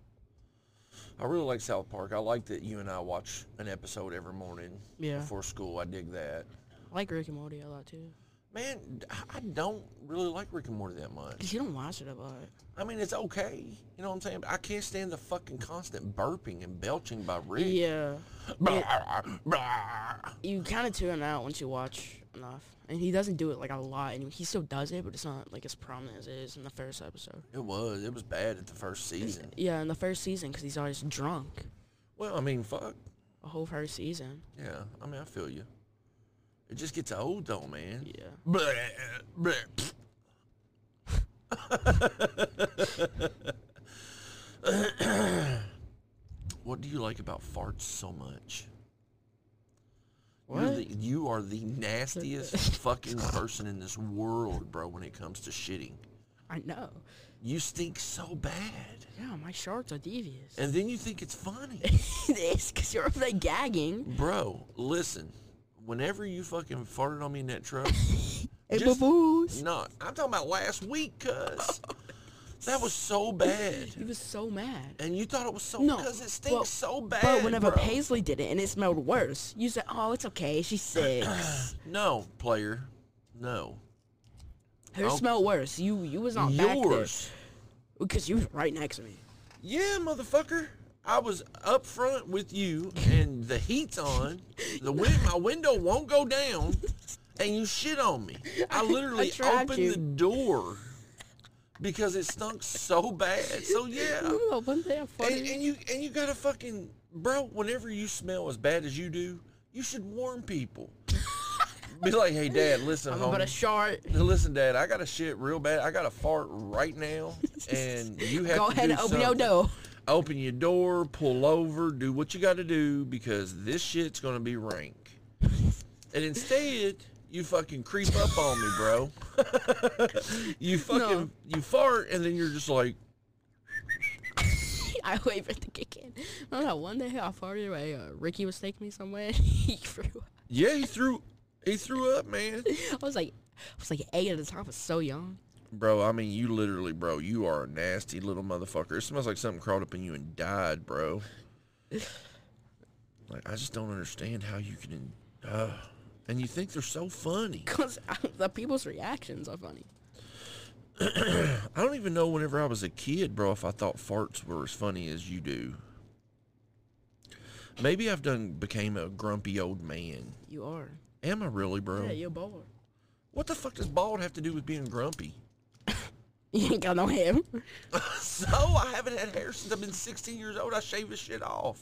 [SPEAKER 3] I really like South Park. I like that you and I watch an episode every morning
[SPEAKER 4] Yeah.
[SPEAKER 3] before school. I dig that.
[SPEAKER 4] I like Rick and Morty a lot too.
[SPEAKER 3] Man, I- I don't really like Rick and Morty that much.
[SPEAKER 4] Cause you don't watch it a lot.
[SPEAKER 3] I mean, it's okay. You know what I'm saying? But I can't stand the fucking constant burping and belching by Rick.
[SPEAKER 4] Yeah.
[SPEAKER 3] Blah, blah.
[SPEAKER 4] You kind of tune out once you watch enough, and he doesn't do it like a lot. And he still does it, but it's not like as prominent as it is in the first episode.
[SPEAKER 3] It was. It was bad at the first season.
[SPEAKER 4] Yeah, in the first season, cause he's always drunk.
[SPEAKER 3] Well, I mean, fuck.
[SPEAKER 4] A whole first season.
[SPEAKER 3] Yeah. I mean, I feel you. It just gets old though, man.
[SPEAKER 4] Yeah.
[SPEAKER 3] Bleh, bleh. what do you like about farts so much? You're
[SPEAKER 4] What?
[SPEAKER 3] the, you are the nastiest fucking person in this world, bro, when it comes to shitting.
[SPEAKER 4] I know.
[SPEAKER 3] You stink so bad.
[SPEAKER 4] Yeah, my shards are devious.
[SPEAKER 3] *laughs* And then you think it's funny.
[SPEAKER 4] this because you're over there gagging.
[SPEAKER 3] Bro, listen. Whenever you fucking farted on me in that truck,
[SPEAKER 4] Hey,
[SPEAKER 3] Just-
[SPEAKER 4] baboos.
[SPEAKER 3] no, I'm talking about last week, cuz. That was so bad.
[SPEAKER 4] He was so mad.
[SPEAKER 3] And you thought it was so
[SPEAKER 4] No,
[SPEAKER 3] because it
[SPEAKER 4] but-
[SPEAKER 3] stinks so bad.
[SPEAKER 4] But whenever
[SPEAKER 3] bro.
[SPEAKER 4] Paisley did it and it smelled worse, you said, "Oh, it's okay.
[SPEAKER 3] *clears throat*
[SPEAKER 4] She's sick.
[SPEAKER 3] No, player. No.
[SPEAKER 4] Her
[SPEAKER 3] Oh.
[SPEAKER 4] smelled worse. You you was not Oh, back there
[SPEAKER 3] Yours.
[SPEAKER 4] because you was right next to me.
[SPEAKER 3] Yeah, motherfucker. I was up front with you and the heat's on. The win- my window won't go down and you shit on me.
[SPEAKER 4] *laughs*
[SPEAKER 3] I literally
[SPEAKER 4] tried
[SPEAKER 3] opened
[SPEAKER 4] you.
[SPEAKER 3] the door because it stunk so bad. So
[SPEAKER 4] *laughs*
[SPEAKER 3] yeah.
[SPEAKER 5] Well, one day I farted.
[SPEAKER 3] And, and you and you gotta fucking bro. Whenever you smell as bad as you do, you should warn people. Be like, hey,
[SPEAKER 4] *laughs*
[SPEAKER 3] Dad, listen,
[SPEAKER 4] I'm
[SPEAKER 3] homie.
[SPEAKER 4] about a shard.
[SPEAKER 3] Now, listen, Dad, I got to shit real bad. I got to fart right
[SPEAKER 4] *laughs*
[SPEAKER 3] now, and you have
[SPEAKER 4] Go
[SPEAKER 3] to
[SPEAKER 4] ahead
[SPEAKER 3] do
[SPEAKER 4] and open your
[SPEAKER 3] something.
[SPEAKER 4] door.
[SPEAKER 3] Open your door, pull over, do what you got to do because this shit's gonna be rank. and instead, you fucking creep up on me,
[SPEAKER 4] *laughs*
[SPEAKER 3] bro. you fucking
[SPEAKER 4] No.
[SPEAKER 3] you fart, and then you're just like,
[SPEAKER 4] I wait for it to kick in. Remember that one day I farted? Right, uh, Ricky was taking me somewhere. *laughs* and he threw. up.
[SPEAKER 3] yeah, he threw he threw up, man.
[SPEAKER 4] I was like, I was like eight at the time. I was so young. *laughs*
[SPEAKER 3] Bro, I mean, you literally, bro, you are a nasty little motherfucker. It smells like something crawled up in you and died, bro. Like, I just don't understand how you can. Uh, and you think they're so funny.
[SPEAKER 4] Cause the people's reactions are funny.
[SPEAKER 3] I don't even know whenever I was a kid, bro, if I thought farts were as funny as you do. Maybe I've done became a grumpy old man.
[SPEAKER 4] You are.
[SPEAKER 3] Am I really, bro?
[SPEAKER 4] Yeah, you're bored.
[SPEAKER 3] What the fuck does bald have to do with being grumpy?
[SPEAKER 4] *laughs* You ain't got no hair.
[SPEAKER 3] So *laughs* I haven't had hair since I've been 16 years old. I shave this shit off.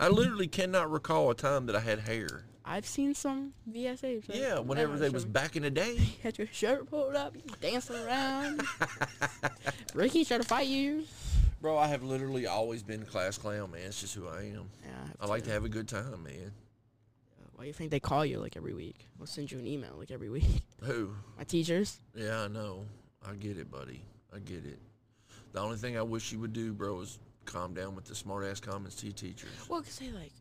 [SPEAKER 3] I literally cannot recall a time that I had hair.
[SPEAKER 4] I've seen some VSAs. that-
[SPEAKER 3] Yeah, whenever
[SPEAKER 4] that
[SPEAKER 3] they was
[SPEAKER 4] showing-
[SPEAKER 3] back in the day.
[SPEAKER 4] had your shirt pulled up, you dancing
[SPEAKER 3] *laughs*
[SPEAKER 4] around. Ricky tried to fight you.
[SPEAKER 3] Bro, I have literally always been class clown, man. It's just who I am.
[SPEAKER 4] Yeah,
[SPEAKER 3] I like to have a good time, man.
[SPEAKER 4] Why do you think they call you like every week? They'll send you an email like every week. *laughs*
[SPEAKER 3] Who?
[SPEAKER 4] My teachers.
[SPEAKER 3] Yeah, I know. I get it, buddy. I get it. The only thing I wish you would do, bro, is calm down with the smart ass comments to your teachers.
[SPEAKER 4] Well, 'cause they like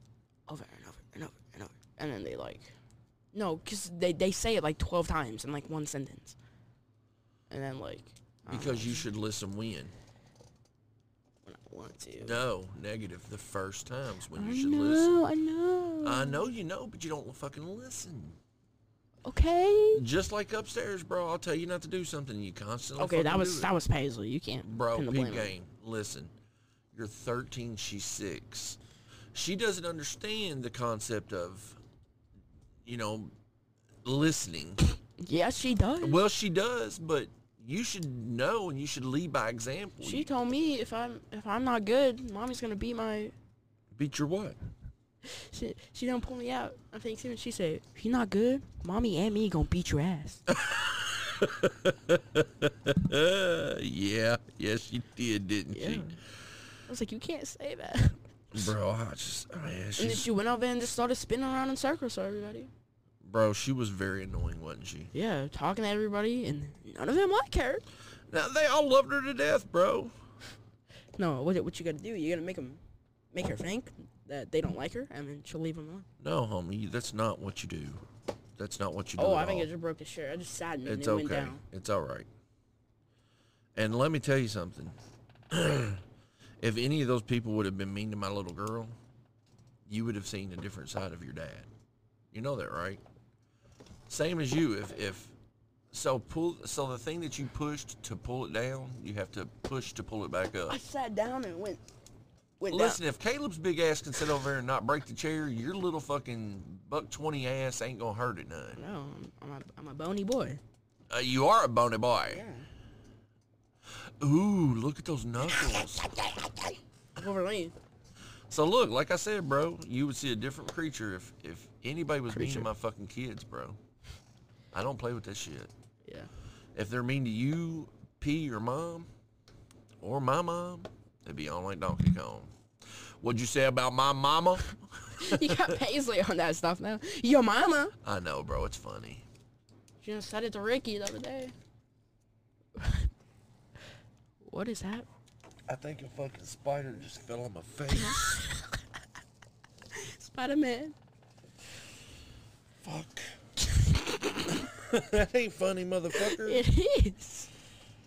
[SPEAKER 4] over and over and over and over, and then they like, no, 'cause they they say it like twelve times in like one sentence, and then like I don't
[SPEAKER 3] Because
[SPEAKER 4] know,
[SPEAKER 3] you should listen when.
[SPEAKER 4] when I want to.
[SPEAKER 3] No, negative. The first times when
[SPEAKER 4] I
[SPEAKER 3] you should
[SPEAKER 4] know,
[SPEAKER 3] listen.
[SPEAKER 4] I know.
[SPEAKER 3] I know you know, but you don't fucking listen.
[SPEAKER 4] okay.
[SPEAKER 3] Just like upstairs, bro. I'll tell you not to do something, and you constantly.
[SPEAKER 4] Okay, that
[SPEAKER 3] fucking
[SPEAKER 4] was
[SPEAKER 3] do
[SPEAKER 4] that
[SPEAKER 3] it.
[SPEAKER 4] was Paisley. You can't
[SPEAKER 3] bro.
[SPEAKER 4] pin the
[SPEAKER 3] Peep
[SPEAKER 4] blame on me.
[SPEAKER 3] game. Listen, you're 13. She's six. She doesn't understand the concept of, you know, listening.
[SPEAKER 4] Yes, she does.
[SPEAKER 3] well, she does, but you should know and you should lead by example.
[SPEAKER 4] She
[SPEAKER 3] You-
[SPEAKER 4] told me if I'm if I'm not good, mommy's gonna beat my.
[SPEAKER 3] beat your what?
[SPEAKER 4] She, she don't pull me out. I think even she said, if you're not good, mommy and me gonna beat your
[SPEAKER 3] *laughs*
[SPEAKER 4] ass.
[SPEAKER 3] Uh, yeah, yes, she did, didn't
[SPEAKER 4] Yeah. I was like, you can't say that. *laughs* and
[SPEAKER 3] she? Bro, I just, I mean,
[SPEAKER 4] then
[SPEAKER 3] she's,
[SPEAKER 4] she went over and just started spinning around in circles for everybody.
[SPEAKER 3] bro, she was very annoying, wasn't she?
[SPEAKER 4] Yeah, talking to everybody, and none of them like her.
[SPEAKER 3] Now they all loved her to death, bro.
[SPEAKER 4] No, what what you gotta do? You gotta make them make her think that they don't like her, and then she'll leave them alone.
[SPEAKER 3] No, homie, that's not what you do. That's not what you do.
[SPEAKER 4] Oh,
[SPEAKER 3] at
[SPEAKER 4] I think
[SPEAKER 3] all.
[SPEAKER 4] I just broke the shirt. I just sat and
[SPEAKER 3] it's
[SPEAKER 4] it
[SPEAKER 3] okay.
[SPEAKER 4] went down.
[SPEAKER 3] It's all right. And let me tell you something. *clears throat* if any of those people would have been mean to my little girl, you would have seen a different side of your dad. You know that, right? Same as you. If if so pull so the thing that you pushed to pull it down, you have to push to pull it back up.
[SPEAKER 4] I sat down and went went down.
[SPEAKER 3] Listen, if Caleb's big ass can sit over there and not break the chair, your little fucking buck twenty ass ain't gonna hurt it none.
[SPEAKER 4] No, I'm, I'm, a, I'm a bony boy.
[SPEAKER 3] Uh, you are a bony boy. Ooh, look at those knuckles.
[SPEAKER 4] Wolverine.
[SPEAKER 3] So look, like I said, bro, you would see a different creature if if anybody was mean
[SPEAKER 4] Creature.
[SPEAKER 3] to my fucking kids, bro. I don't play with that shit.
[SPEAKER 4] Yeah.
[SPEAKER 3] If they're mean to you, P, your mom, or my mom, they'd be on like Donkey Kong. What'd you say about my mama?
[SPEAKER 4] *laughs* you got Paisley on that stuff now. Your mama.
[SPEAKER 3] I know, bro. It's funny.
[SPEAKER 4] She just said it to Ricky the other day. *laughs* what is that?
[SPEAKER 3] I think a fucking spider just fell on my face.
[SPEAKER 4] Spider Man.
[SPEAKER 3] Fuck. *laughs* that ain't funny, motherfucker.
[SPEAKER 4] It is.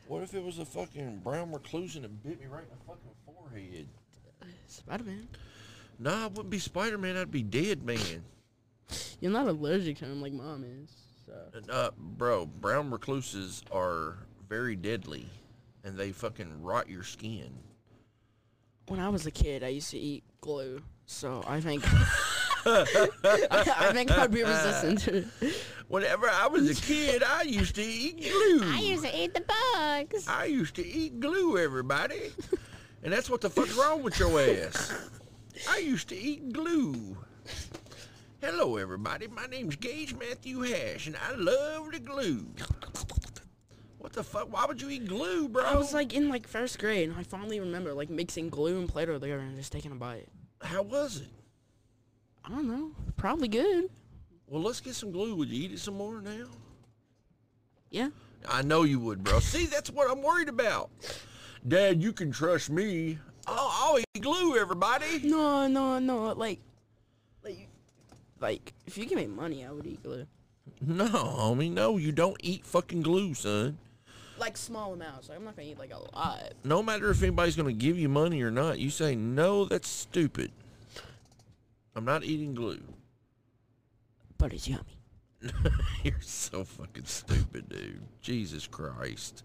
[SPEAKER 3] What if it was a fucking brown reclusion that bit me right in the fucking forehead?
[SPEAKER 4] Spider Man.
[SPEAKER 3] Nah, I wouldn't be Spider Man. I'd be Dead Man.
[SPEAKER 4] You're not allergic to him like mom is. So
[SPEAKER 3] And, Uh, bro, brown recluses are very deadly, and they fucking rot your skin.
[SPEAKER 4] when I was a kid, I used to eat glue. So I *laughs* think I, I think I'd be resistant to it.
[SPEAKER 3] Whenever I was a kid, I used to eat glue. I used,
[SPEAKER 4] to eat the bugs.
[SPEAKER 3] to eat glue, everybody, and that's what the fuck's wrong with your ass. I used to eat glue. Hello, everybody. My name's Gage Matthew Hash, and I love the glue. What the fuck? Why would you eat glue, bro?
[SPEAKER 4] I was like in like first grade, and I fondly remember like mixing glue and Play-Doh together and just taking a bite.
[SPEAKER 3] How was it?
[SPEAKER 4] I don't know. Probably good.
[SPEAKER 3] Well, let's get some glue. Would you eat it some more now?
[SPEAKER 4] Yeah.
[SPEAKER 3] I know you would, bro. See, that's what I'm worried about. Dad, you can trust me. I'll, I'll eat glue, everybody.
[SPEAKER 4] No, no, no. Like, like, like if you give me money, I would eat glue.
[SPEAKER 3] No, homie, no, you don't eat fucking glue, son.
[SPEAKER 4] Like small amounts. Like I'm not gonna eat like a lot.
[SPEAKER 3] No matter if anybody's going to give you money or not, you say, no, that's stupid. I'm not eating glue.
[SPEAKER 4] But it's yummy.
[SPEAKER 3] *laughs* You're so fucking stupid, dude. Jesus Christ.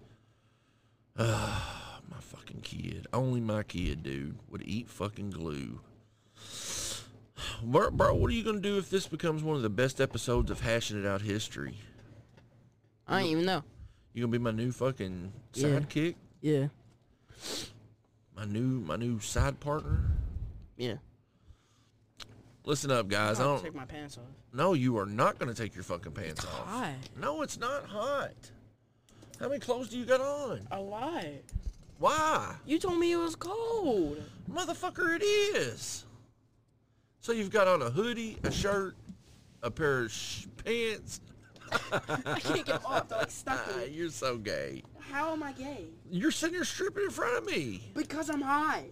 [SPEAKER 3] Ah, my fucking kid. Only my kid, dude, would eat fucking glue. Bro, bro, what are you gonna do if this becomes one of the best episodes of Hashing It Out History?
[SPEAKER 4] I don't even know.
[SPEAKER 3] You gonna be my new fucking
[SPEAKER 4] Yeah.
[SPEAKER 3] sidekick?
[SPEAKER 4] Yeah.
[SPEAKER 3] My new my new side partner?
[SPEAKER 4] Yeah.
[SPEAKER 3] Listen up, guys. I
[SPEAKER 4] I'll
[SPEAKER 3] don't.
[SPEAKER 4] take my pants off.
[SPEAKER 3] No, you are not gonna take your fucking pants off.
[SPEAKER 4] Hot.
[SPEAKER 3] No, it's not hot. How many clothes do you got on?
[SPEAKER 4] A lot.
[SPEAKER 3] Why?
[SPEAKER 4] You told me it was cold.
[SPEAKER 3] Motherfucker, it is. So you've got on a hoodie, a shirt, a pair of sh- pants.
[SPEAKER 4] I can't get off. They're like stuck
[SPEAKER 3] Ah,
[SPEAKER 4] in me.
[SPEAKER 3] you're so gay.
[SPEAKER 4] How am I gay?
[SPEAKER 3] You're sitting there stripping in front of me.
[SPEAKER 4] Because I'm high.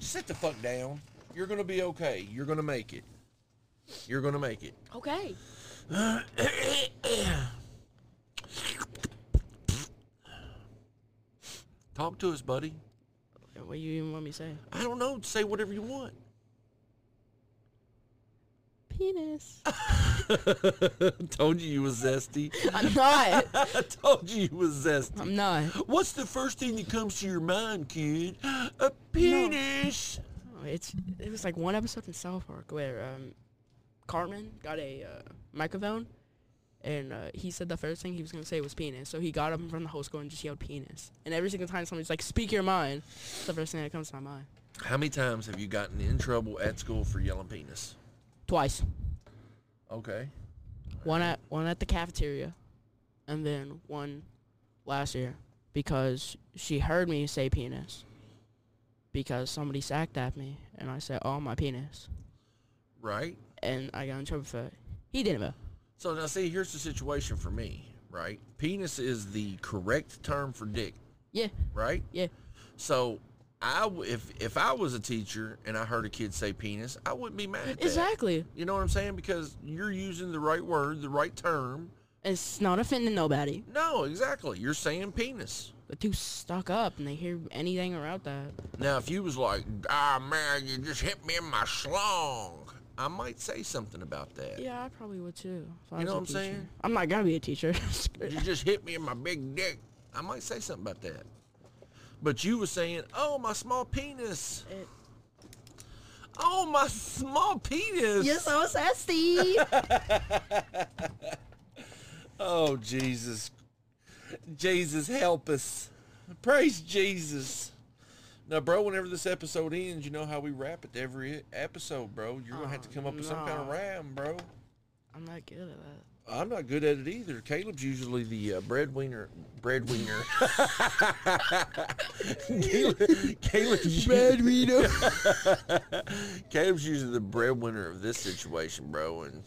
[SPEAKER 3] Sit the fuck down. You're gonna be okay. You're gonna make it. You're gonna make it. *coughs*
[SPEAKER 4] Okay.
[SPEAKER 3] Talk to us, buddy.
[SPEAKER 4] What do you even want me to say?
[SPEAKER 3] I don't know. Say whatever you want.
[SPEAKER 4] Penis.
[SPEAKER 3] *laughs* told you you was zesty.
[SPEAKER 4] *laughs*
[SPEAKER 3] *laughs*
[SPEAKER 4] *laughs* I'm not.
[SPEAKER 3] I told you you was zesty.
[SPEAKER 4] I'm not.
[SPEAKER 3] What's the first thing that comes to your mind, kid? *gasps* A penis.
[SPEAKER 4] Oh, it's it was like one episode in South Park where um, Carmen got a uh, microphone, and uh, he said the first thing he was gonna say was penis. So he got up in front of the whole school and just yelled penis. And every single time somebody's like, "Speak your mind," it's the first thing that comes to my mind.
[SPEAKER 3] How many times have you gotten in trouble at school for yelling penis?
[SPEAKER 4] Twice.
[SPEAKER 3] Okay.
[SPEAKER 4] One at one at the cafeteria, and then one last year because she heard me say penis because somebody sacked at me, and I said, "Oh my penis,"
[SPEAKER 3] Right?
[SPEAKER 4] and I got in trouble for it. He didn't though.
[SPEAKER 3] So now see, here's the situation for me, right? Penis is the correct term for dick,
[SPEAKER 4] Yeah,
[SPEAKER 3] right?
[SPEAKER 4] yeah.
[SPEAKER 3] So I w- if if I was a teacher and I heard a kid say penis, I wouldn't be mad at that.
[SPEAKER 4] Exactly.
[SPEAKER 3] You know what I'm saying? Because you're using the right word, the right term.
[SPEAKER 4] It's not offending nobody.
[SPEAKER 3] No, exactly. You're saying penis.
[SPEAKER 4] They're too stuck up and they hear anything around that.
[SPEAKER 3] Now, if you was like, ah, man, you just hit me in my schlong, I might say something about that.
[SPEAKER 4] Yeah, I probably would too. if I
[SPEAKER 3] You
[SPEAKER 4] was
[SPEAKER 3] know
[SPEAKER 4] a
[SPEAKER 3] what I'm
[SPEAKER 4] teacher.
[SPEAKER 3] saying?
[SPEAKER 4] I'm not gonna be a teacher. *laughs*
[SPEAKER 3] You just hit me in my big dick. I might say something about that. But you were saying, oh, my small penis.
[SPEAKER 4] It-
[SPEAKER 3] Oh, my small penis.
[SPEAKER 4] so sassy.
[SPEAKER 3] Oh, Jesus. Jesus, help us. Praise Jesus. Now, bro, whenever this episode ends, you know how we wrap it every episode, bro. You're gonna have to
[SPEAKER 4] Oh,
[SPEAKER 3] come up with some kind of
[SPEAKER 4] no.
[SPEAKER 3] rhyme, bro.
[SPEAKER 4] I'm not good at that.
[SPEAKER 3] I'm not good at it either. Caleb's usually the uh, breadwinner. Breadwinner. *laughs* Caleb, Caleb's,
[SPEAKER 4] Breadwinner.
[SPEAKER 3] *laughs* Caleb's usually the breadwinner of this situation, bro. And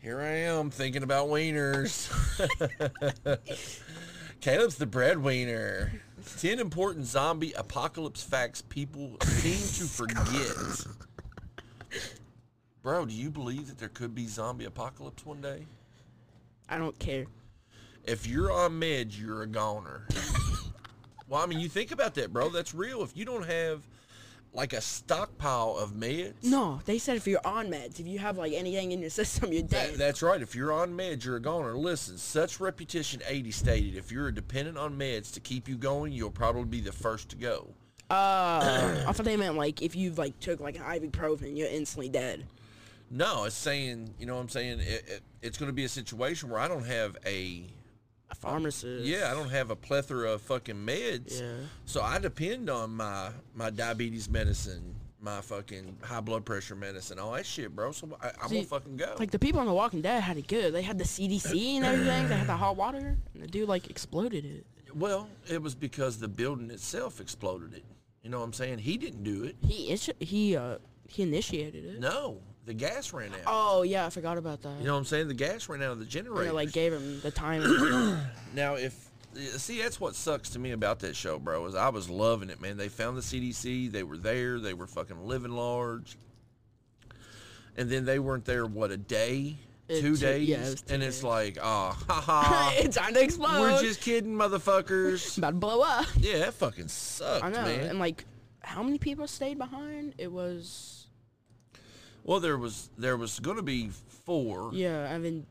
[SPEAKER 3] here I am thinking about wieners. *laughs* Caleb's the breadwinner. Ten important zombie apocalypse facts people seem to forget. Bro, do you believe that there could be zombie apocalypse one day?
[SPEAKER 4] I don't care.
[SPEAKER 3] If you're on meds, you're a goner. well, I mean, you think about that, bro. That's real. If you don't have like a stockpile of meds,
[SPEAKER 4] No, they said if you're on meds, if you have like anything in your system, you're
[SPEAKER 3] That,
[SPEAKER 4] dead.
[SPEAKER 3] that's right. If you're on meds, you're a goner. Listen, such repetition 80 stated, if you're dependent on meds to keep you going, you'll probably be the first to go.
[SPEAKER 4] Uh, I thought they meant like if you like took like an ibuprofen, you're instantly dead.
[SPEAKER 3] No, it's saying, you know what I'm saying? It, it, it's going to be a situation where I don't have a,
[SPEAKER 4] A pharmacist.
[SPEAKER 3] yeah, I don't have a plethora of fucking meds.
[SPEAKER 4] Yeah.
[SPEAKER 3] So I depend on my, my diabetes medicine, my fucking high blood pressure medicine, all that shit, bro. So I, I'm going
[SPEAKER 4] See,
[SPEAKER 3] to fucking go.
[SPEAKER 4] Like the people on The Walking Dead had it good. They had the CDC and everything. They had the hot water, and the dude like exploded it.
[SPEAKER 3] well, it was because the building itself exploded it. You know what I'm saying? He didn't do it.
[SPEAKER 4] He initi- he uh he initiated it.
[SPEAKER 3] No, the gas ran out.
[SPEAKER 4] Oh yeah, I forgot about that.
[SPEAKER 3] You know what I'm saying? The gas ran out of the
[SPEAKER 4] And
[SPEAKER 3] generator.
[SPEAKER 4] it like gave him
[SPEAKER 3] *coughs*
[SPEAKER 4] the time. *coughs*
[SPEAKER 3] now, if see, that's what sucks to me about that show, bro. Is I was loving it, man. They found the CDC. They were there. They were fucking living large. And then they weren't there. What a day,
[SPEAKER 4] Uh,
[SPEAKER 3] two
[SPEAKER 4] two-
[SPEAKER 3] days,
[SPEAKER 4] yeah, it was two
[SPEAKER 3] and it's like, ah, ha
[SPEAKER 4] *laughs*
[SPEAKER 3] ha.
[SPEAKER 4] it's time to explode.
[SPEAKER 3] We're just kidding,
[SPEAKER 4] *laughs*
[SPEAKER 3] motherfuckers.
[SPEAKER 4] about to blow up.
[SPEAKER 3] Yeah, that fucking sucked,
[SPEAKER 4] I know.
[SPEAKER 3] man.
[SPEAKER 4] And like, how many people stayed behind? It was
[SPEAKER 3] well, there was there was gonna be four.
[SPEAKER 4] yeah. And then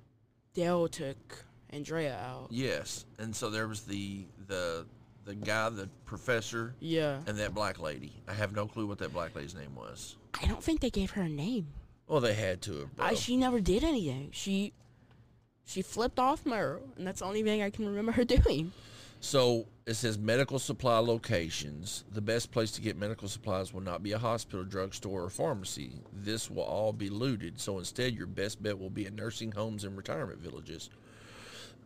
[SPEAKER 4] Dale took Andrea out.
[SPEAKER 3] Yes, and so there was the the the guy, the professor,
[SPEAKER 4] Yeah.
[SPEAKER 3] and that black lady. I have no clue what that black lady's name was.
[SPEAKER 4] I don't think they gave her a name.
[SPEAKER 3] Well, Oh, they had to have, bro.
[SPEAKER 4] I, she never did anything. She she flipped off Merle, and that's the only thing I can remember her *laughs* doing.
[SPEAKER 3] so it says medical supply locations. The best place to get medical supplies will not be a hospital, drugstore, or pharmacy. This will all be looted. So instead, your best bet will be at nursing homes and retirement villages.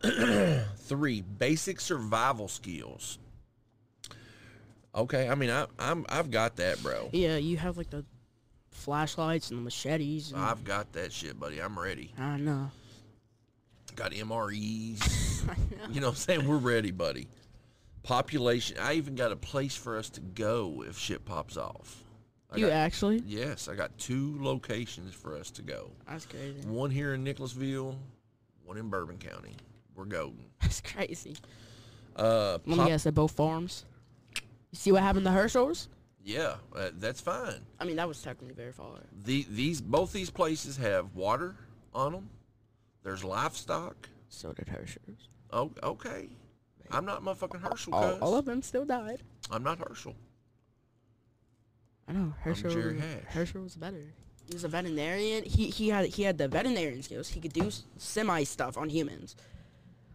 [SPEAKER 3] *clears throat* Three basic survival skills. Okay, I mean, I, I'm I've got that, bro.
[SPEAKER 4] Yeah, you have like the flashlights and the machetes. And,
[SPEAKER 3] I've got that shit, buddy. I'm ready.
[SPEAKER 4] I know.
[SPEAKER 3] Got
[SPEAKER 4] *laughs*
[SPEAKER 3] MREs. You know what I'm saying? We're ready, buddy. Population. I even got a place for us to go if shit pops off. I
[SPEAKER 4] You
[SPEAKER 3] got,
[SPEAKER 4] actually?
[SPEAKER 3] yes, I got two locations for us to go.
[SPEAKER 4] That's crazy.
[SPEAKER 3] One here in Nicholasville, one in Bourbon County. We're golden.
[SPEAKER 4] That's crazy.
[SPEAKER 3] Uh,
[SPEAKER 4] Let
[SPEAKER 3] pop-
[SPEAKER 4] me guess, they're both farms. You see what happened to Herschel's?
[SPEAKER 3] yeah, uh, that's fine.
[SPEAKER 4] I mean, that was technically very far.
[SPEAKER 3] The, these both these places have water on them. There's livestock.
[SPEAKER 4] So did Herschel's.
[SPEAKER 3] Oh, okay. I'm not motherfucking Herschel.
[SPEAKER 4] All,
[SPEAKER 3] cuz.
[SPEAKER 4] all of them still died.
[SPEAKER 3] I'm not Herschel.
[SPEAKER 4] I know Herschel.
[SPEAKER 3] Jerry Hash.
[SPEAKER 4] Herschel was better. He was a veterinarian. He he had he had the veterinarian skills. He could do semi stuff on humans.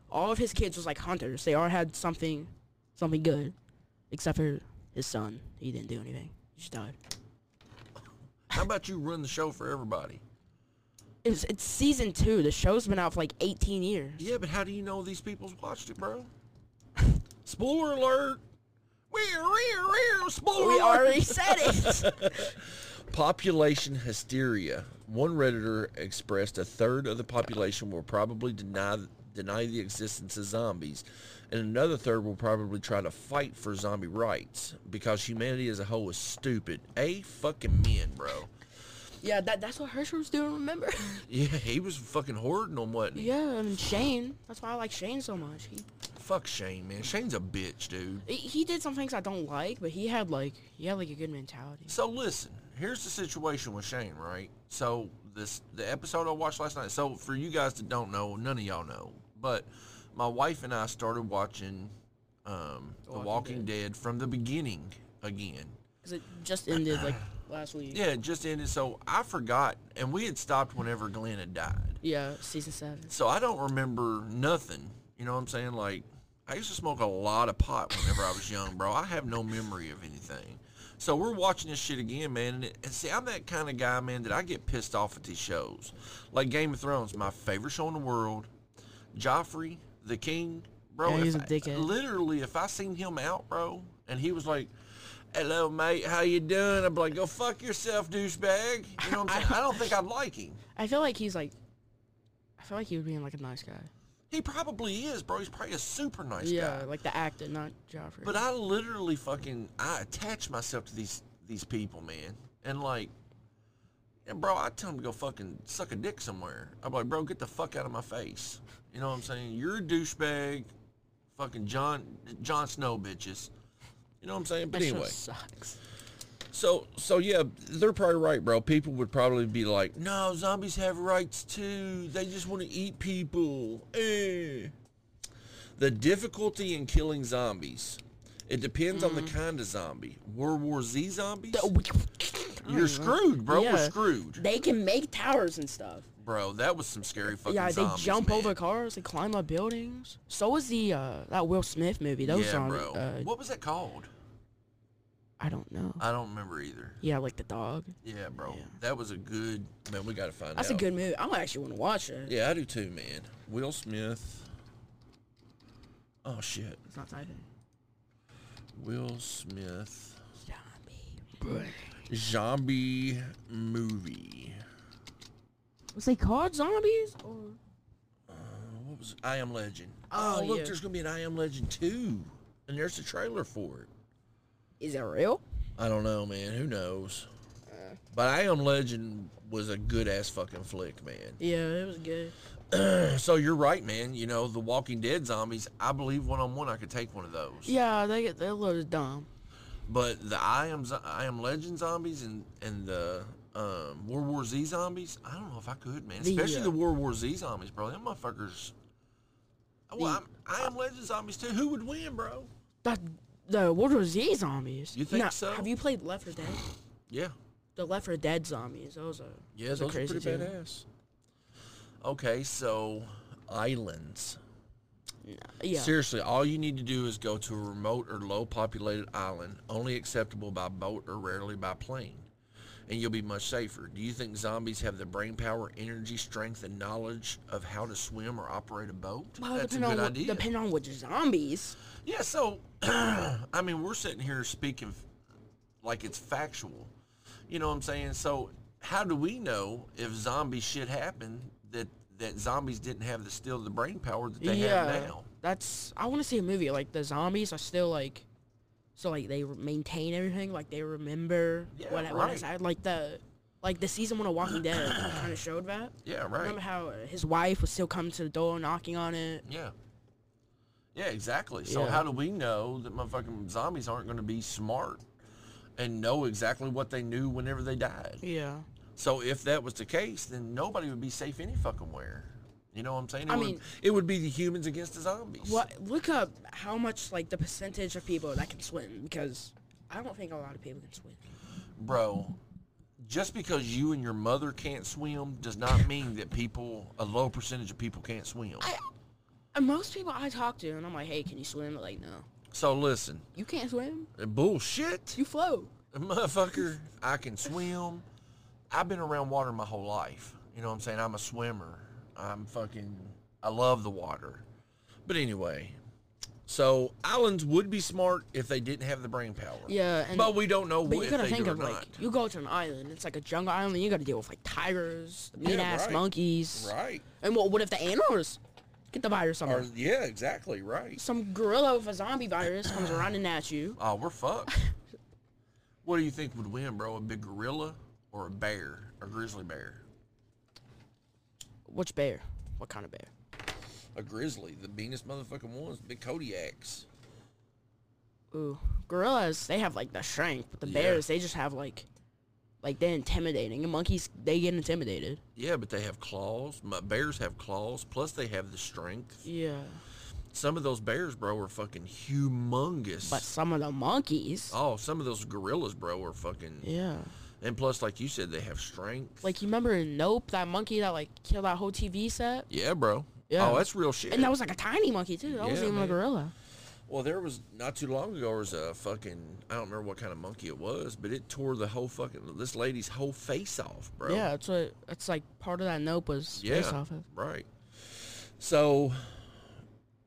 [SPEAKER 4] All of his kids was like hunters. They all had something, something good, except for his son. He didn't do anything. He just died.
[SPEAKER 3] How about you run the show for everybody?
[SPEAKER 4] It's it's season two. The show's been out for like 18 years.
[SPEAKER 3] Yeah, but how do you know these people's watched it, bro? Spoiler alert! Rear, rear, rear! Spoiler
[SPEAKER 4] *laughs* We
[SPEAKER 3] alert!
[SPEAKER 4] already said *laughs* it.
[SPEAKER 3] Population hysteria. One redditor expressed a third of the population will probably deny deny the existence of zombies, and another third will probably try to fight for zombie rights because humanity as a whole is stupid. A fucking men, bro.
[SPEAKER 4] yeah, that that's what Herschel was doing. Remember? *laughs*
[SPEAKER 3] Yeah, he was fucking hoarding them, wasn't he?
[SPEAKER 4] yeah, and Shane. That's why I like Shane so much. He
[SPEAKER 3] Fuck Shane, man. Shane's a bitch, dude.
[SPEAKER 4] he- he did some things I don't like, but he had like he had like a good mentality.
[SPEAKER 3] So listen, here's the situation with Shane, right? So this the episode I watched last night. So for you guys that don't know, none of y'all know, but my wife and I started watching um, The Walking,
[SPEAKER 4] Walking
[SPEAKER 3] Dead from the beginning again.
[SPEAKER 4] Because it just ended like last week.
[SPEAKER 3] Yeah, it just ended. So I forgot, and we had stopped whenever Glenn had died.
[SPEAKER 4] Yeah, season seven.
[SPEAKER 3] So I don't remember nothing. You know what I'm saying? Like I used to smoke a lot of pot whenever I was young, bro. I have no memory of anything. So we're watching this shit again, man. And, it- and see, I'm that kind of guy, man, that I get pissed off at these shows. Like Game of Thrones, my favorite show in the world. Joffrey, the king, bro.
[SPEAKER 6] Yeah, he's
[SPEAKER 3] if
[SPEAKER 6] a
[SPEAKER 3] I-
[SPEAKER 6] dickhead.
[SPEAKER 3] literally, if I seen him out, bro, and he was like, "Hello, mate, how you doing?" I'm like, "Go fuck yourself, douchebag." You know
[SPEAKER 6] *laughs*
[SPEAKER 3] what I'm saying? I don't think I'd like him.
[SPEAKER 4] I feel like he's like, I feel like he would be like a nice guy.
[SPEAKER 3] He probably is, bro. He's probably a super nice
[SPEAKER 4] yeah,
[SPEAKER 3] guy.
[SPEAKER 4] like the actor, not Joffrey.
[SPEAKER 3] But I literally fucking I attach myself to these these people, man. And like, yeah, bro, I tell them to go fucking suck a dick somewhere. I'm like, bro, get the fuck out of my face. You know what I'm saying? You're a douchebag, fucking John John Snow bitches. You know what I'm saying? But
[SPEAKER 4] that show
[SPEAKER 3] anyway,
[SPEAKER 4] sucks.
[SPEAKER 3] so so yeah, they're probably right, bro. People would probably be like, no, zombies have rights too. They just want to eat people. Eh. The difficulty in killing zombies. It depends on the
[SPEAKER 4] Mm-hmm.
[SPEAKER 3] kind of zombie. World War Z zombies? You're screwed, bro. We're
[SPEAKER 4] mm-hmm. Yeah.
[SPEAKER 3] screwed.
[SPEAKER 4] They can make towers and stuff.
[SPEAKER 3] Bro, that was some scary fucking
[SPEAKER 4] yeah, they
[SPEAKER 3] zombies,
[SPEAKER 4] jump
[SPEAKER 3] man.
[SPEAKER 4] over cars, they climb up buildings. So was the uh that Will Smith movie. Those
[SPEAKER 3] yeah,
[SPEAKER 4] zombies.
[SPEAKER 3] bro.
[SPEAKER 4] Uh,
[SPEAKER 3] what was that called?
[SPEAKER 4] I don't know.
[SPEAKER 3] I don't remember either.
[SPEAKER 4] yeah, like the dog.
[SPEAKER 3] Yeah, bro.
[SPEAKER 4] Yeah.
[SPEAKER 3] That was a good man, we gotta find
[SPEAKER 4] That's
[SPEAKER 3] out.
[SPEAKER 4] a good movie. I might actually want to watch it.
[SPEAKER 3] Yeah, I do too, man. Will Smith. Oh shit.
[SPEAKER 4] It's not typing.
[SPEAKER 3] Will Smith
[SPEAKER 4] Zombie.
[SPEAKER 3] zombie movie.
[SPEAKER 4] Was they called zombies? Or
[SPEAKER 3] Uh, What was I Am Legend?
[SPEAKER 4] Oh,
[SPEAKER 3] look,
[SPEAKER 4] yeah.
[SPEAKER 3] there's gonna be an I Am Legend two, and there's the trailer for it.
[SPEAKER 4] is it real?
[SPEAKER 3] I don't know, man. Who knows?
[SPEAKER 4] Uh.
[SPEAKER 3] But I Am Legend was a good ass fucking flick, man. *clears throat*
[SPEAKER 4] Yeah, it was good.
[SPEAKER 3] So you're right, man. You know the Walking Dead zombies. I believe one on one, I could take one of those.
[SPEAKER 4] Yeah, they get they're a little dumb.
[SPEAKER 3] But the I am Zo- I am Legend zombies and and the um, World War Z zombies, I don't know if I could, man.
[SPEAKER 4] The,
[SPEAKER 3] Especially
[SPEAKER 4] uh,
[SPEAKER 3] the World War Z zombies, bro. Them motherfuckers. Well, I'm, I am Legend zombies too. Who would win, bro?
[SPEAKER 4] That the World War Z zombies.
[SPEAKER 3] You think
[SPEAKER 4] Nah,
[SPEAKER 3] so?
[SPEAKER 4] Have you played Left 4 Dead?
[SPEAKER 3] Yeah,
[SPEAKER 4] The Left 4 Dead zombies. Those are
[SPEAKER 3] yeah,
[SPEAKER 4] those are crazy too.
[SPEAKER 3] badass. Okay, so islands.
[SPEAKER 4] yeah.
[SPEAKER 3] Seriously, all you need to do is go to a remote or low populated island, only acceptable by boat or rarely by plane, and you'll be much safer. Do you think zombies have the brain power, energy, strength, and knowledge of how to swim or operate a boat?
[SPEAKER 4] Well,
[SPEAKER 3] That's a
[SPEAKER 4] depending
[SPEAKER 3] good
[SPEAKER 4] on, what-
[SPEAKER 3] idea.
[SPEAKER 4] Depending on which zombies.
[SPEAKER 3] yeah, so, *clears throat* I mean, we're sitting here speaking f- like it's factual. You know what I'm saying? So, how do we know if zombie shit happened that, that zombies didn't have the still the brain power that they have now?
[SPEAKER 4] That's I want to see a movie like the zombies are still like so like they re- maintain everything like they remember
[SPEAKER 3] Yeah,
[SPEAKER 4] what what is
[SPEAKER 3] right.
[SPEAKER 4] that like the like the season one of Walking
[SPEAKER 3] *coughs*
[SPEAKER 4] Dead kind of showed that.
[SPEAKER 3] Yeah, right.
[SPEAKER 4] Remember how uh, his wife was still coming to the door knocking on it?
[SPEAKER 3] Yeah. Yeah, exactly. So
[SPEAKER 4] Yeah.
[SPEAKER 3] how do we know that motherfucking zombies aren't going to be smart and know exactly what they knew whenever they died?
[SPEAKER 4] Yeah.
[SPEAKER 3] So if that was the case, then nobody would be safe any fucking where. You know what I'm saying? It
[SPEAKER 4] I
[SPEAKER 3] would,
[SPEAKER 4] mean-
[SPEAKER 3] it would be the humans against the zombies.
[SPEAKER 4] What look up how much like the percentage of people that can swim because I don't think a lot of people can swim.
[SPEAKER 3] Bro, just because you and your mother can't swim does not mean that people, a low percentage of people can't swim.
[SPEAKER 4] And Uh, most people I talk to and I'm like, "Hey, can you swim?" They're like, "No."
[SPEAKER 3] So listen,
[SPEAKER 4] You can't swim?
[SPEAKER 3] bullshit.
[SPEAKER 4] You float.
[SPEAKER 3] motherfucker, I can swim. I've been around water my whole life. You know what I'm saying? I'm a swimmer. I'm fucking, I love the water. But anyway, so islands would be smart if they didn't have the brain power.
[SPEAKER 4] Yeah, and
[SPEAKER 3] But we don't know what
[SPEAKER 4] But you
[SPEAKER 3] if
[SPEAKER 4] gotta
[SPEAKER 3] they
[SPEAKER 4] think
[SPEAKER 3] do
[SPEAKER 4] of
[SPEAKER 3] or
[SPEAKER 4] like
[SPEAKER 3] not.
[SPEAKER 4] you go to an island, it's like a jungle island. You gotta deal with like tigers, mean ass
[SPEAKER 3] right.
[SPEAKER 4] monkeys,
[SPEAKER 3] *laughs* Right.
[SPEAKER 4] and what, what if the animals get the virus
[SPEAKER 3] Or,
[SPEAKER 4] somewhere?
[SPEAKER 3] yeah, exactly. Right.
[SPEAKER 4] Some gorilla with a zombie virus comes running at you.
[SPEAKER 3] Oh, we're
[SPEAKER 4] *laughs*
[SPEAKER 3] fucked. what do you think would win, bro? A big gorilla or a bear? A grizzly bear?
[SPEAKER 4] Which bear? What kind of bear?
[SPEAKER 3] A grizzly. The meanest motherfucking ones. Big Kodiaks.
[SPEAKER 4] Ooh, gorillas they have like the strength, but the
[SPEAKER 3] Yeah.
[SPEAKER 4] bears they just have like, like they're intimidating. And monkeys they get intimidated.
[SPEAKER 3] Yeah, but they have claws. My bears have claws. Plus, they have the strength.
[SPEAKER 4] Yeah,
[SPEAKER 3] Some of those bears, bro, are fucking humongous.
[SPEAKER 4] but some of the monkeys.
[SPEAKER 3] oh, some of those gorillas, bro, are fucking.
[SPEAKER 4] Yeah,
[SPEAKER 3] And plus, like you said, they have strength.
[SPEAKER 4] like you remember in Nope that monkey that like killed that whole TV set.
[SPEAKER 3] yeah, bro.
[SPEAKER 4] Yeah.
[SPEAKER 3] Oh, that's real shit.
[SPEAKER 4] And that was like a tiny monkey too. That
[SPEAKER 3] Yeah,
[SPEAKER 4] wasn't even
[SPEAKER 3] man.
[SPEAKER 4] a gorilla.
[SPEAKER 3] Well, there was not too long ago. There was a fucking I don't remember what kind of monkey it was, but it tore the whole fucking this lady's whole face off, bro.
[SPEAKER 4] Yeah, that's what. That's like part of that nope was
[SPEAKER 3] Yeah.
[SPEAKER 4] based off of.
[SPEAKER 3] Right. So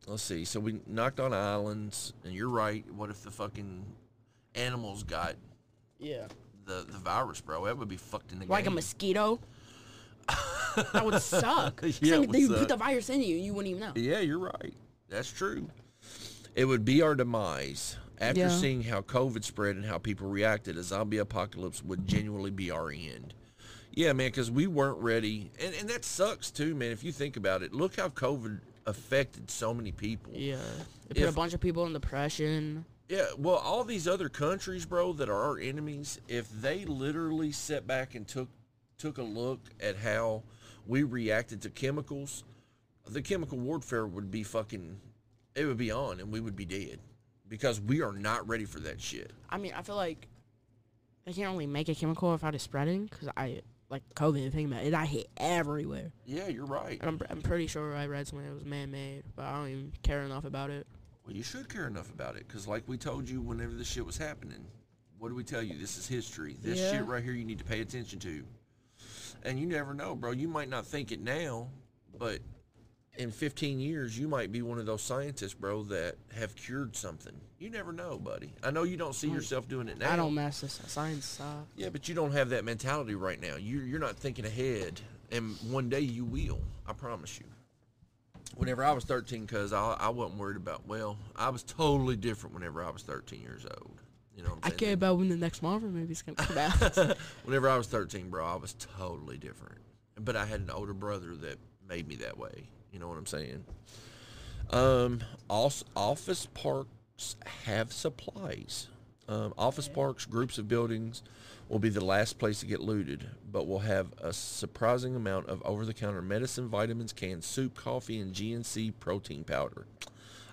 [SPEAKER 3] let's see. So we knocked on islands, and you're right. What if the fucking animals got
[SPEAKER 4] Yeah.
[SPEAKER 3] the the virus, bro? That would be fucked in the
[SPEAKER 4] Like a
[SPEAKER 3] game. *laughs*
[SPEAKER 4] mosquito. that would suck. 'Cause
[SPEAKER 3] Yeah,
[SPEAKER 4] then
[SPEAKER 3] it would
[SPEAKER 4] they
[SPEAKER 3] suck.
[SPEAKER 4] put the virus in you, and you wouldn't even know.
[SPEAKER 3] Yeah, you're right. That's true. It would be our demise. After
[SPEAKER 4] Yeah.
[SPEAKER 3] seeing how COVID spread and how people reacted, a zombie apocalypse would genuinely be our end. Yeah, man, because we weren't ready. And, and that sucks, too, man, if you think about it. Look how COVID affected so many people.
[SPEAKER 4] Yeah. It put a
[SPEAKER 3] If-
[SPEAKER 4] bunch of people in depression.
[SPEAKER 3] Yeah, well, all these other countries, bro, that are our enemies, if they literally sat back and took took a look at how we reacted to chemicals, the chemical warfare would be fucking it would be on and we would be dead because we are not ready for that shit.
[SPEAKER 4] I mean, I feel like they can't really make a chemical without it spreading because I like COVID. Think about it, that hit everywhere.
[SPEAKER 3] Yeah, you're right.
[SPEAKER 4] And I'm I'm pretty sure I read somewhere it was man-made, but I don't even care enough about it.
[SPEAKER 3] Well, you should care enough about it because, like we told you, whenever this shit was happening, what do we tell you? This is history. This
[SPEAKER 4] Yeah.
[SPEAKER 3] shit right here, you need to pay attention to. And you never know, bro. You might not think it now, but in 15 years, you might be one of those scientists, bro, that have cured something. You never know, buddy. I know you don't see yourself doing it now.
[SPEAKER 4] Mm. I don't mess this. Science sucks.
[SPEAKER 3] Yeah, but you don't have that mentality right now. You you're not thinking ahead, and one day you will. I promise you. Whenever I was 13, cause I I wasn't worried about. Well, I was totally different whenever I was 13 years old. You know what
[SPEAKER 4] I
[SPEAKER 3] I'm
[SPEAKER 4] care
[SPEAKER 3] saying?
[SPEAKER 4] about when the next Marvel movie's gonna
[SPEAKER 3] *laughs*
[SPEAKER 4] come out.
[SPEAKER 3] Whenever I was 13, bro, I was totally different. But I had an older brother that made me that way. You know what I'm saying? Um, also, office parks have supplies. Um, office parks, groups of buildings will be the last place to get looted, but will have a surprising amount of over-the-counter medicine, vitamins, canned soup, coffee, and GNC protein powder.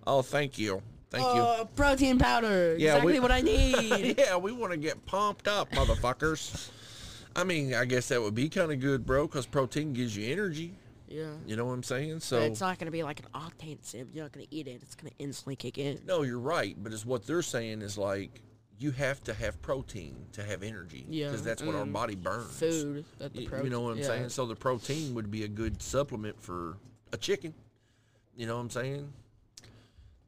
[SPEAKER 3] Oh, thank you. Thank you.
[SPEAKER 4] Oh, protein powder.
[SPEAKER 3] Yeah,
[SPEAKER 4] exactly
[SPEAKER 3] we-
[SPEAKER 4] what
[SPEAKER 3] *laughs*
[SPEAKER 4] I need.
[SPEAKER 3] yeah, we want to get pumped up, motherfuckers. I mean, I guess that would be kind of good, bro, because protein gives you energy.
[SPEAKER 4] yeah.
[SPEAKER 3] You know what I'm saying?
[SPEAKER 4] But
[SPEAKER 3] So,
[SPEAKER 4] it's not gonna be like an octane sim. You're not gonna eat it. It's gonna instantly kick in.
[SPEAKER 3] no, you're right. But it's what they're saying is like, you have to have protein to have energy.
[SPEAKER 4] Yeah,
[SPEAKER 3] Because that's what our
[SPEAKER 4] and
[SPEAKER 3] body burns.
[SPEAKER 4] Food. That the
[SPEAKER 3] Y-
[SPEAKER 4] protein.
[SPEAKER 3] You know what I'm
[SPEAKER 4] yeah.
[SPEAKER 3] saying? So the protein would be a good supplement for a chicken. You know what I'm saying?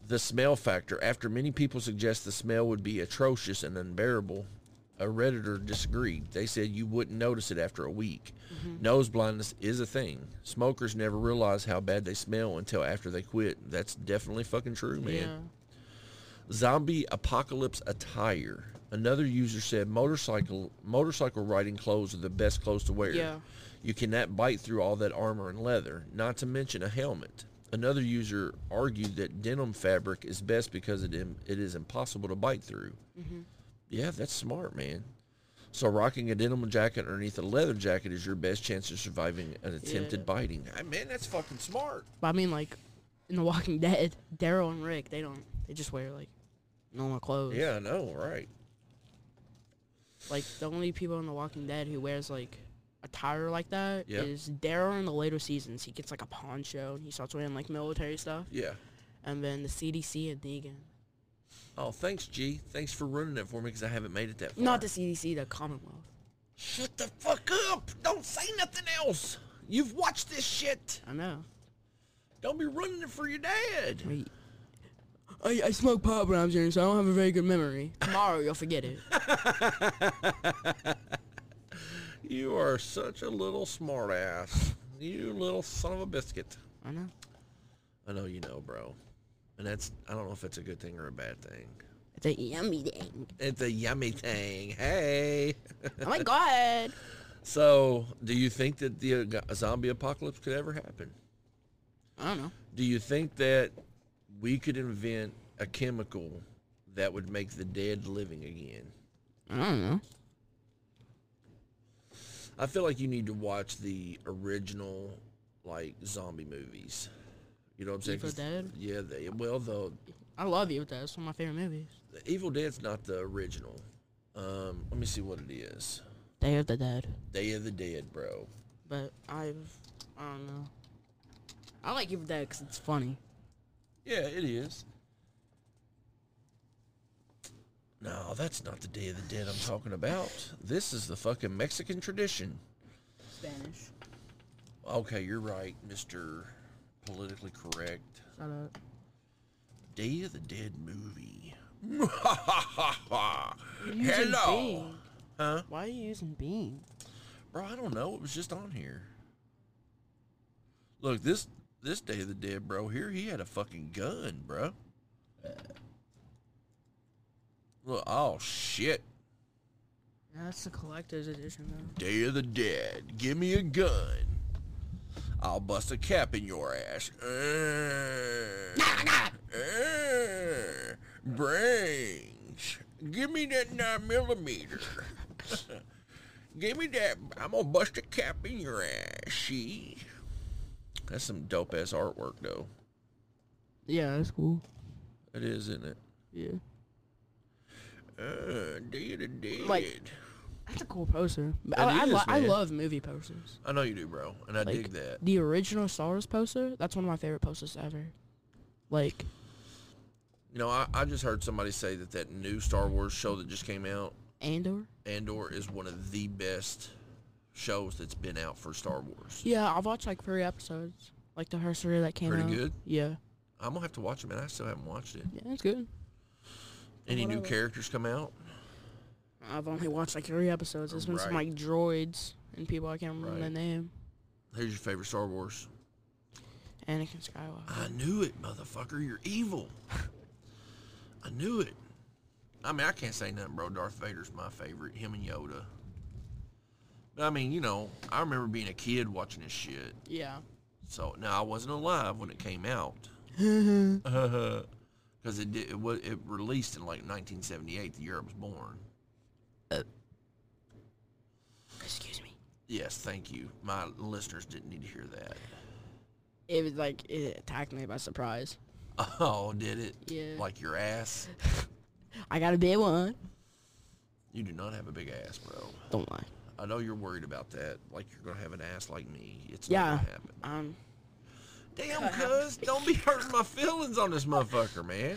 [SPEAKER 3] The smell factor. After many people suggest the smell would be atrocious and unbearable, a redditor disagreed. They said you wouldn't notice it after a week. Nose blindness is a thing. Smokers never realize how bad they smell until after they quit. That's definitely fucking true, man.
[SPEAKER 4] Yeah.
[SPEAKER 3] Zombie apocalypse attire. Another user said motorcycle motorcycle riding clothes are the best clothes to wear.
[SPEAKER 4] Yeah.
[SPEAKER 3] You cannot bite through all that armor and leather, not to mention a helmet. Another user argued that denim fabric is best because it, im- it is impossible to bite through.
[SPEAKER 4] Mm-hmm.
[SPEAKER 3] Yeah, that's smart, man. So rocking a denim jacket underneath a leather jacket is your best chance of surviving an attempted
[SPEAKER 4] Yeah.
[SPEAKER 3] biting. I man, that's fucking smart.
[SPEAKER 4] But I mean, like, in The Walking Dead, Daryl and Rick, they don't. They just wear like normal clothes.
[SPEAKER 3] Yeah, I know, right?
[SPEAKER 4] Like the only people in The Walking Dead who wears like attire like that is
[SPEAKER 3] Yeah.
[SPEAKER 4] Daryl in the later seasons. He gets like a poncho and he starts wearing like military stuff,
[SPEAKER 3] Yeah.
[SPEAKER 4] and then the CDC and Negan.
[SPEAKER 3] Oh, thanks, G. Thanks for running that for me because I haven't made it that far.
[SPEAKER 4] Not the CDC, the Commonwealth.
[SPEAKER 3] Shut the fuck up! Don't say nothing else. You've watched this shit.
[SPEAKER 4] I know.
[SPEAKER 3] Don't be running it for your dad.
[SPEAKER 4] I, I, I smoke pot when I was young, so I don't have a very good memory. Tomorrow you'll forget *laughs* it.
[SPEAKER 3] You are such a little smartass. You little son of a biscuit.
[SPEAKER 4] I know.
[SPEAKER 3] I know you know, bro. And that's I don't know if that's a good thing or a bad thing.
[SPEAKER 4] It's a yummy thing.
[SPEAKER 3] It's a yummy thing. Hey. *laughs*
[SPEAKER 4] oh *laughs* my god.
[SPEAKER 3] so, do you think that the uh, go- zombie apocalypse could ever happen?
[SPEAKER 4] I don't know.
[SPEAKER 3] Do you think that we could invent a chemical that would make the dead living again?
[SPEAKER 4] I don't know.
[SPEAKER 3] I feel like you need to watch the original, like zombie movies. You know what I'm saying?
[SPEAKER 4] Evil
[SPEAKER 3] 'Cause-
[SPEAKER 4] Dead?
[SPEAKER 3] Yeah, they, well, the
[SPEAKER 4] I love you. That's one of my favorite movies.
[SPEAKER 3] the Evil Dead's not the original. Um, let me see what it is.
[SPEAKER 4] Day of the Dead.
[SPEAKER 3] Day of the Dead, bro.
[SPEAKER 4] But I've, I don't know. I like Evil Dead because it's funny.
[SPEAKER 3] Yeah, it is. No, that's not the Day of the Dead I'm talking about. This is the fucking Mexican tradition.
[SPEAKER 5] Spanish.
[SPEAKER 3] Okay, you're right, Mr. Politically Correct.
[SPEAKER 5] Shut up.
[SPEAKER 3] Day of the Dead movie.
[SPEAKER 4] You're using
[SPEAKER 3] Hello.
[SPEAKER 4] Bing.
[SPEAKER 3] Huh?
[SPEAKER 4] Why are you using Bing?
[SPEAKER 3] Bro, I don't know. It was just on here. Look, this this Day of the Dead, bro. Here he had a fucking gun, bro. Look, oh shit.
[SPEAKER 4] That's the collector's edition, though.
[SPEAKER 3] Day of the Dead. Give me a gun. I'll bust a cap in your ass. Uh, uh, brains. Give me that nine millimeter. *laughs* Give me that. I'm gonna bust a cap in your ass. She. That's some dope ass artwork though.
[SPEAKER 4] Yeah, that's cool.
[SPEAKER 3] It is, isn't it?
[SPEAKER 4] Yeah.
[SPEAKER 3] Uh, Day of the Dead.
[SPEAKER 4] Like- That's a cool poster. But
[SPEAKER 3] It
[SPEAKER 4] I, I,
[SPEAKER 3] is,
[SPEAKER 4] lo- I
[SPEAKER 3] man.
[SPEAKER 4] love movie posters.
[SPEAKER 3] I know you do, bro, and I
[SPEAKER 4] Like,
[SPEAKER 3] dig that.
[SPEAKER 4] The original Star Wars poster, that's one of my favorite posters ever. Like,
[SPEAKER 3] You know, I, I just heard somebody say that that new Star Wars show that just came out,
[SPEAKER 4] Andor.
[SPEAKER 3] Andor, is one of the best shows that's been out for Star Wars.
[SPEAKER 4] Yeah, I've watched like three episodes. Like the first three that came
[SPEAKER 3] Pretty
[SPEAKER 4] out.
[SPEAKER 3] good?
[SPEAKER 4] Yeah.
[SPEAKER 3] I'm gonna have to watch it, man. I still haven't watched it.
[SPEAKER 4] Yeah, it's good.
[SPEAKER 3] Any new characters come out?
[SPEAKER 4] I've only watched like three episodes. There's been some
[SPEAKER 3] Right.
[SPEAKER 4] like droids and people I can't remember
[SPEAKER 3] Right.
[SPEAKER 4] their name.
[SPEAKER 3] Who's your favorite Star Wars?
[SPEAKER 4] Anakin Skywalker.
[SPEAKER 3] I knew it, motherfucker. You're evil. I knew it. I mean, I can't say nothing, bro. Darth Vader's my favorite. Him and Yoda. But I mean, you know, I remember being a kid watching this shit.
[SPEAKER 4] Yeah.
[SPEAKER 3] So now I wasn't alive when it came out, because it did, it was it released in like 1978, the year I was born.
[SPEAKER 4] Excuse me.
[SPEAKER 3] Yes, thank you. My listeners didn't need to hear that. *laughs*
[SPEAKER 4] It was like it attacked me by surprise.
[SPEAKER 3] Oh, did it?
[SPEAKER 4] Yeah.
[SPEAKER 3] Like your ass?
[SPEAKER 4] I got a big one.
[SPEAKER 3] You do not have a big ass, bro.
[SPEAKER 4] Don't lie.
[SPEAKER 3] I know you're worried about that. Like you're gonna have an ass like me. It's
[SPEAKER 4] Yeah.
[SPEAKER 3] not gonna happen.
[SPEAKER 4] Um.
[SPEAKER 3] Damn, cuz, don't be hurting my feelings on this motherfucker, man.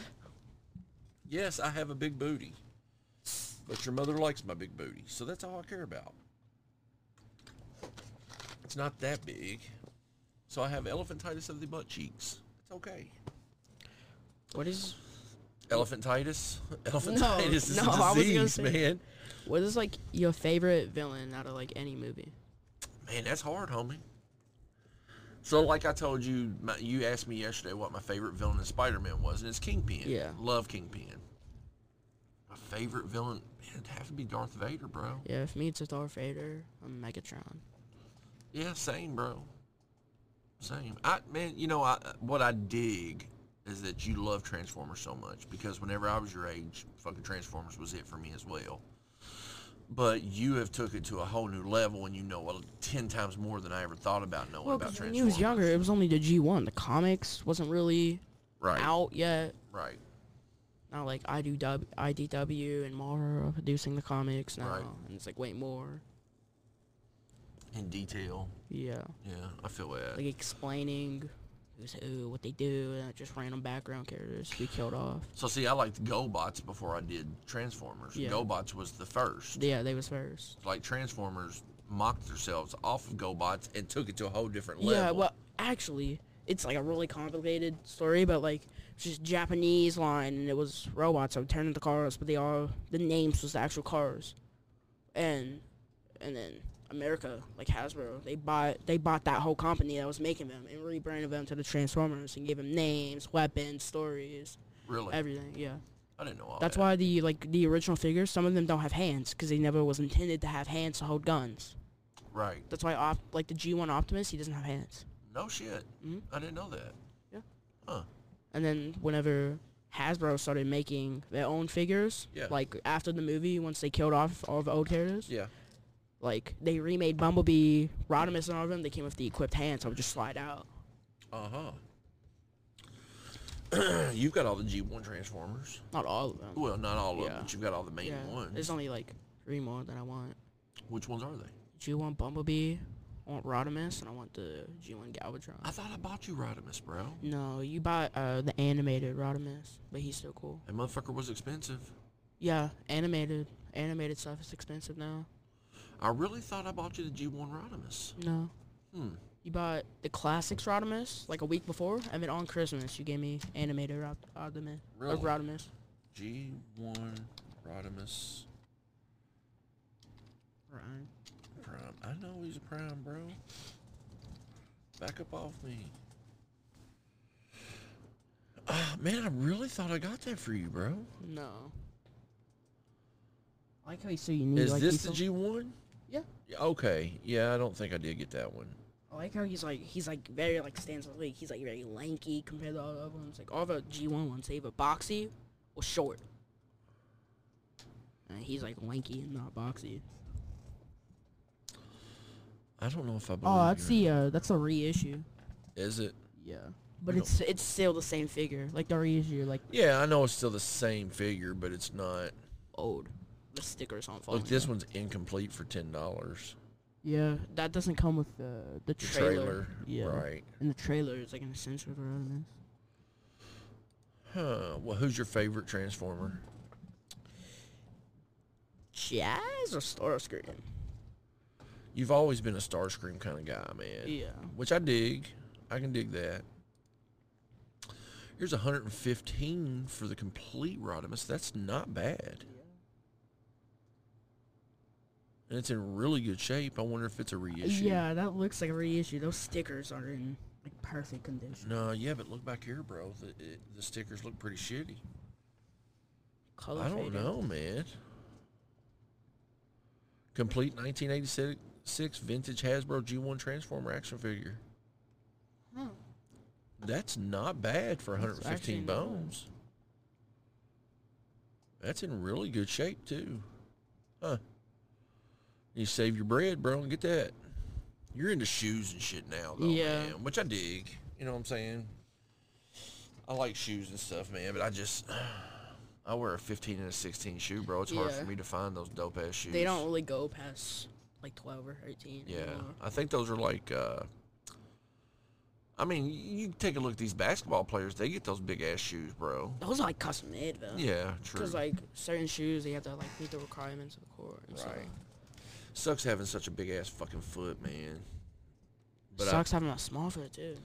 [SPEAKER 3] Yes, I have a big booty. But your mother likes my big booty, so that's all I care about. It's not that big. So I have elephantitis of the butt cheeks. It's okay.
[SPEAKER 4] What is?
[SPEAKER 3] Elephantitis? *laughs* Elephantitis is
[SPEAKER 4] no, I
[SPEAKER 3] a
[SPEAKER 4] was gonna
[SPEAKER 3] disease,
[SPEAKER 4] say-
[SPEAKER 3] man.
[SPEAKER 4] What is like your favorite villain out of like any movie?
[SPEAKER 3] Man, that's hard, homie. So, like I told you, my, you asked me yesterday what my favorite villain in Spider-Man was, and it's Kingpin.
[SPEAKER 4] Yeah.
[SPEAKER 3] love Kingpin. My favorite villain, man, it'd have to be Darth Vader, bro.
[SPEAKER 4] Yeah, if me it's a Darth Vader, I'm Megatron.
[SPEAKER 3] Yeah, same, bro. Same. I man, you know, I what I dig is that you love Transformers so much because whenever I was your age, fucking Transformers was it for me as well. But you have took it to a whole new level, and you know well, ten times more than I ever thought about knowing
[SPEAKER 4] Well,
[SPEAKER 3] about
[SPEAKER 4] 'cause when
[SPEAKER 3] Transformers.
[SPEAKER 4] he was younger, it was only the G1. The comics wasn't really
[SPEAKER 3] right?
[SPEAKER 4] out yet.
[SPEAKER 3] Right.
[SPEAKER 4] Not like IDW, IDW and Marvel are producing the comics now,
[SPEAKER 3] Right.
[SPEAKER 4] and it's like way more.
[SPEAKER 3] In detail.
[SPEAKER 4] Yeah,
[SPEAKER 3] Yeah, I feel that.
[SPEAKER 4] like explaining who's who, what they do, and just random background characters to be killed off.
[SPEAKER 3] So see, I liked GoBots before I did Transformers.
[SPEAKER 4] Yeah.
[SPEAKER 3] GoBots was the first.
[SPEAKER 4] Yeah, they was first.
[SPEAKER 3] Like Transformers mocked themselves off of GoBots and took it to a whole different level.
[SPEAKER 4] Yeah, well, actually, it's like a really complicated story, but like it's just Japanese line, and it was robots that would turn into cars, but they all the names was the actual cars, and and then America, like Hasbro, they bought they bought that whole company that was making them and rebranded them to the Transformers and gave them names, weapons, stories,
[SPEAKER 3] really,
[SPEAKER 4] everything. Yeah,
[SPEAKER 3] I didn't know all
[SPEAKER 4] that's
[SPEAKER 3] that.
[SPEAKER 4] why the like the original figures, some of them don't have hands because they never was intended to have hands to hold guns.
[SPEAKER 3] Right.
[SPEAKER 4] That's why op- like the G1 Optimus, he doesn't have hands.
[SPEAKER 3] No shit.
[SPEAKER 4] Mm-hmm.
[SPEAKER 3] I didn't know that.
[SPEAKER 4] Yeah.
[SPEAKER 3] Huh.
[SPEAKER 4] And then whenever Hasbro started making their own figures,
[SPEAKER 3] Yeah.
[SPEAKER 4] like after the movie, once they killed off all the old characters,
[SPEAKER 3] Yeah.
[SPEAKER 4] like they remade Bumblebee, Rodimus, and all of them. They came with the equipped hands. I would just slide out.
[SPEAKER 3] Uh huh. *clears throat* You've got all the G1 Transformers.
[SPEAKER 4] Not all of them.
[SPEAKER 3] Well, not all of them,
[SPEAKER 4] Yeah.
[SPEAKER 3] but you've got all the main
[SPEAKER 4] yeah,
[SPEAKER 3] ones.
[SPEAKER 4] there's only like three more that I want.
[SPEAKER 3] Which ones are they?
[SPEAKER 4] G1 Bumblebee, I want Rodimus, and I want the G1 Galvatron.
[SPEAKER 3] I thought I bought you Rodimus, bro.
[SPEAKER 4] no, you bought uh, the animated Rodimus, but he's still cool.
[SPEAKER 3] That motherfucker was expensive.
[SPEAKER 4] Yeah, animated animated stuff is expensive now.
[SPEAKER 3] I really thought I bought you the G1 Rodimus.
[SPEAKER 4] No.
[SPEAKER 3] Hmm.
[SPEAKER 4] You bought the classics Rodimus like a week before, and then on Christmas you gave me animated Rod- uh, Rodimus. or
[SPEAKER 3] Really?
[SPEAKER 4] Rodimus.
[SPEAKER 3] G1 Rodimus
[SPEAKER 4] Right.
[SPEAKER 3] Prime. I know he's a prime, bro. Back up off me. Ah, man, I really thought I got that for you, bro.
[SPEAKER 4] No. I like how you say you need
[SPEAKER 3] Is this the G1?
[SPEAKER 4] Yeah.
[SPEAKER 3] Yeah, Okay. Yeah, I don't think I did get that one.
[SPEAKER 4] I like how he's like he's like very like stands out. Like he's like very lanky compared to all the other ones. Like all the G one ones, they either boxy or short. And he's like lanky and not boxy.
[SPEAKER 3] I don't know if I believe
[SPEAKER 4] Oh, that's
[SPEAKER 3] you or
[SPEAKER 4] the uh, that's a reissue.
[SPEAKER 3] not. Is it?
[SPEAKER 4] Yeah, but
[SPEAKER 3] No.
[SPEAKER 4] it's it's still the same figure. Like the reissue, like
[SPEAKER 3] Yeah, I know it's still the same figure, but it's not.
[SPEAKER 4] old. The stickers on.
[SPEAKER 3] Look, this one's incomplete for ten dollars.
[SPEAKER 4] Yeah, that doesn't come with the the trailer.
[SPEAKER 3] Trailer,
[SPEAKER 4] Yeah.
[SPEAKER 3] right?
[SPEAKER 4] And the trailer is like an essential for Rodimus.
[SPEAKER 3] Huh. Well, who's your favorite Transformer?
[SPEAKER 4] Jazz or Starscream?
[SPEAKER 3] You've always been a Starscream kind of guy, man.
[SPEAKER 4] Yeah.
[SPEAKER 3] Which I dig. I can dig that. Here's 115 for the complete Rodimus. That's not bad. And it's in really good shape. I wonder if it's a reissue.
[SPEAKER 4] Yeah, that looks like a reissue. Those stickers are in like perfect condition.
[SPEAKER 3] No, yeah, but look back here, bro. The, it, the stickers look pretty shitty.
[SPEAKER 4] Color
[SPEAKER 3] I don't
[SPEAKER 4] faded.
[SPEAKER 3] know, man. Complete 1986 vintage Hasbro G1 Transformer action figure.
[SPEAKER 4] Huh.
[SPEAKER 3] That's not bad for
[SPEAKER 4] Hmm. That's
[SPEAKER 3] 115
[SPEAKER 4] actually not bad.
[SPEAKER 3] bones. That's in really good shape too. Huh. You save your bread, bro, and get that. You're into shoes and shit now, though,
[SPEAKER 4] Yeah.
[SPEAKER 3] man, which I dig. You know what I'm saying? I like shoes and stuff, man, but I just *sighs* I wear a 15 and a 16 shoe, bro. It's hard
[SPEAKER 4] Yeah.
[SPEAKER 3] for me to find those dope ass shoes.
[SPEAKER 4] They don't really go past like 12 or 13.
[SPEAKER 3] Yeah,
[SPEAKER 4] anymore.
[SPEAKER 3] I think those are like. Uh, I mean, you take a look at these basketball players; they get those big ass shoes, bro.
[SPEAKER 4] Those are like custom made though.
[SPEAKER 3] Yeah, true.
[SPEAKER 4] Because like certain shoes, they have to like meet the requirements of the court. And stuff.
[SPEAKER 3] Right. Sucks having such a big ass fucking foot, man. But I-
[SPEAKER 4] Sucks having a small foot too.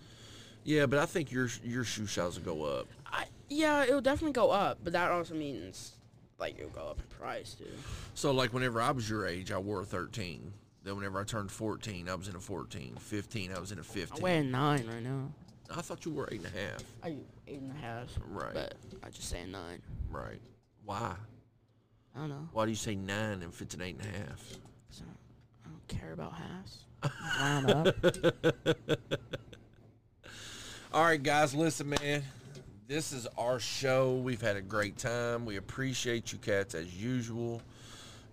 [SPEAKER 3] yeah, but I think your your shoe size will go up.
[SPEAKER 4] I, yeah, it'll definitely go up, but that also means like it'll go up in price too.
[SPEAKER 3] So like whenever I was your age, I wore a 13. Then whenever I turned 14, I was in a 14. 15, I was in a 15.
[SPEAKER 4] I wear a nine right now.
[SPEAKER 3] I thought you were eight and a half.
[SPEAKER 4] I eight and a half.
[SPEAKER 3] Right.
[SPEAKER 4] But I just say a nine.
[SPEAKER 3] Right. Why?
[SPEAKER 4] I don't know.
[SPEAKER 3] Why do you say nine if it's an eight and a half?
[SPEAKER 4] So, I don't care about halves. Round up.
[SPEAKER 3] All right, guys, listen, man. This is our show. We've had a great time. We appreciate you cats as usual.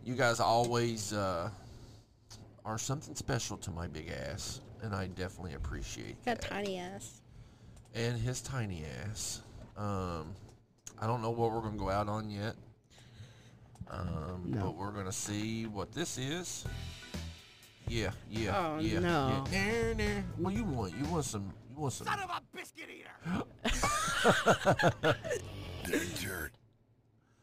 [SPEAKER 3] You guys always uh, are something special to my big ass, and I definitely appreciate
[SPEAKER 5] Got
[SPEAKER 3] that.
[SPEAKER 5] tiny ass.
[SPEAKER 3] And his tiny ass. Um, I don't know what we're gonna go out on yet, um, but we're gonna see what this is. Yeah, yeah,
[SPEAKER 4] Oh,
[SPEAKER 3] yeah.
[SPEAKER 4] no.
[SPEAKER 3] Yeah. Nah, nah. What you want? You want some? You want some?
[SPEAKER 1] Son of a biscuit eater! Danger.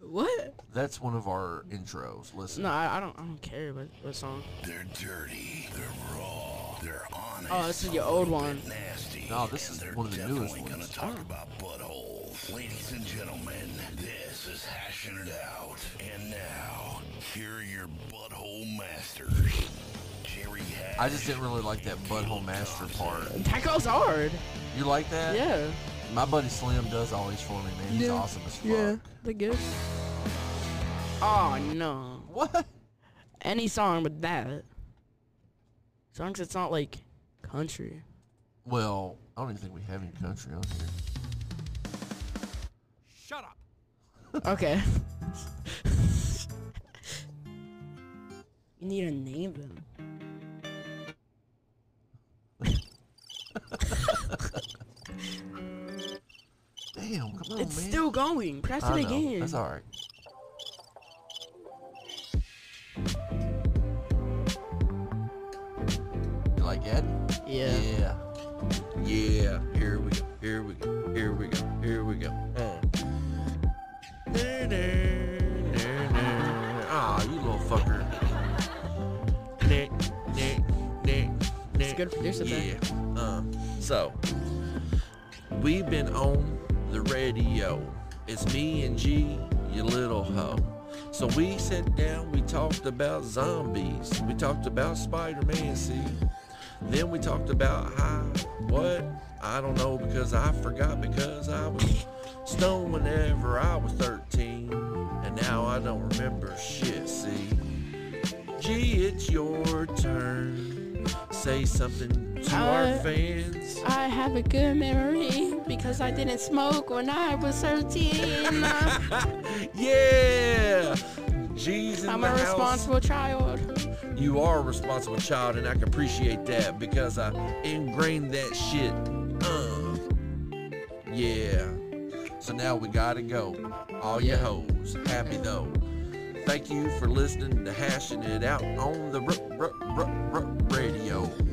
[SPEAKER 4] What?
[SPEAKER 3] That's one of our intros. Listen.
[SPEAKER 4] No, I, I don't. I don't care about what song.
[SPEAKER 1] They're dirty. They're raw. They're honest.
[SPEAKER 4] Oh, this is your old one.
[SPEAKER 1] nasty.
[SPEAKER 3] No, this
[SPEAKER 1] and
[SPEAKER 3] is
[SPEAKER 1] they're
[SPEAKER 3] one of the
[SPEAKER 1] definitely
[SPEAKER 3] newest
[SPEAKER 1] gonna
[SPEAKER 3] ones.
[SPEAKER 1] talk about buttholes. Ladies and gentlemen, this is Hashing It Out. And now, here are your butthole masters. Jerry Hatch.
[SPEAKER 3] I just didn't really like that butthole master part.
[SPEAKER 4] That goes hard.
[SPEAKER 3] You like that?
[SPEAKER 4] Yeah.
[SPEAKER 3] My buddy Slim does all these for me, man. He's
[SPEAKER 4] Yeah.
[SPEAKER 3] awesome as fuck.
[SPEAKER 4] The gift. Oh no.
[SPEAKER 3] What?
[SPEAKER 4] Any song but that. As long as it's not like country.
[SPEAKER 3] Well, I don't even think we have any country on here.
[SPEAKER 4] Okay. you need to name them.
[SPEAKER 3] Damn, come
[SPEAKER 5] Oh,
[SPEAKER 3] on,
[SPEAKER 4] it's
[SPEAKER 3] man.
[SPEAKER 4] still going. Press
[SPEAKER 3] I
[SPEAKER 4] it
[SPEAKER 3] know.
[SPEAKER 4] again.
[SPEAKER 3] That's all right. You like that?
[SPEAKER 4] Yeah.
[SPEAKER 3] Yeah. Yeah. Here we go. Here we
[SPEAKER 4] Mm.
[SPEAKER 3] go. Here we go. Here we go. Uh.
[SPEAKER 4] good producer
[SPEAKER 3] Yeah.
[SPEAKER 4] thing.
[SPEAKER 3] Uh, so we've been on the radio. It's me and G, you little hoe. So we sat down, we talked about zombies. We talked about Spider-Man, see. Then we talked about high what? I don't know because I forgot because I was stoned whenever I was 13. And now I don't remember shit, see. G, it's your turn. Say something to our
[SPEAKER 5] Uh,
[SPEAKER 3] fans.
[SPEAKER 5] I have a good memory because I didn't smoke when I was *laughs*
[SPEAKER 4] *laughs*
[SPEAKER 5] 13.
[SPEAKER 3] yeah! G's in
[SPEAKER 5] I'm
[SPEAKER 3] the
[SPEAKER 5] a
[SPEAKER 3] house.
[SPEAKER 5] responsible child.
[SPEAKER 3] You are a responsible child, and I can appreciate that because I ingrained that shit. Uh, yeah. So now we gotta go. All you hoes, happy though. Thank you for listening to Hashing It Out on the r- r- r- r- radio.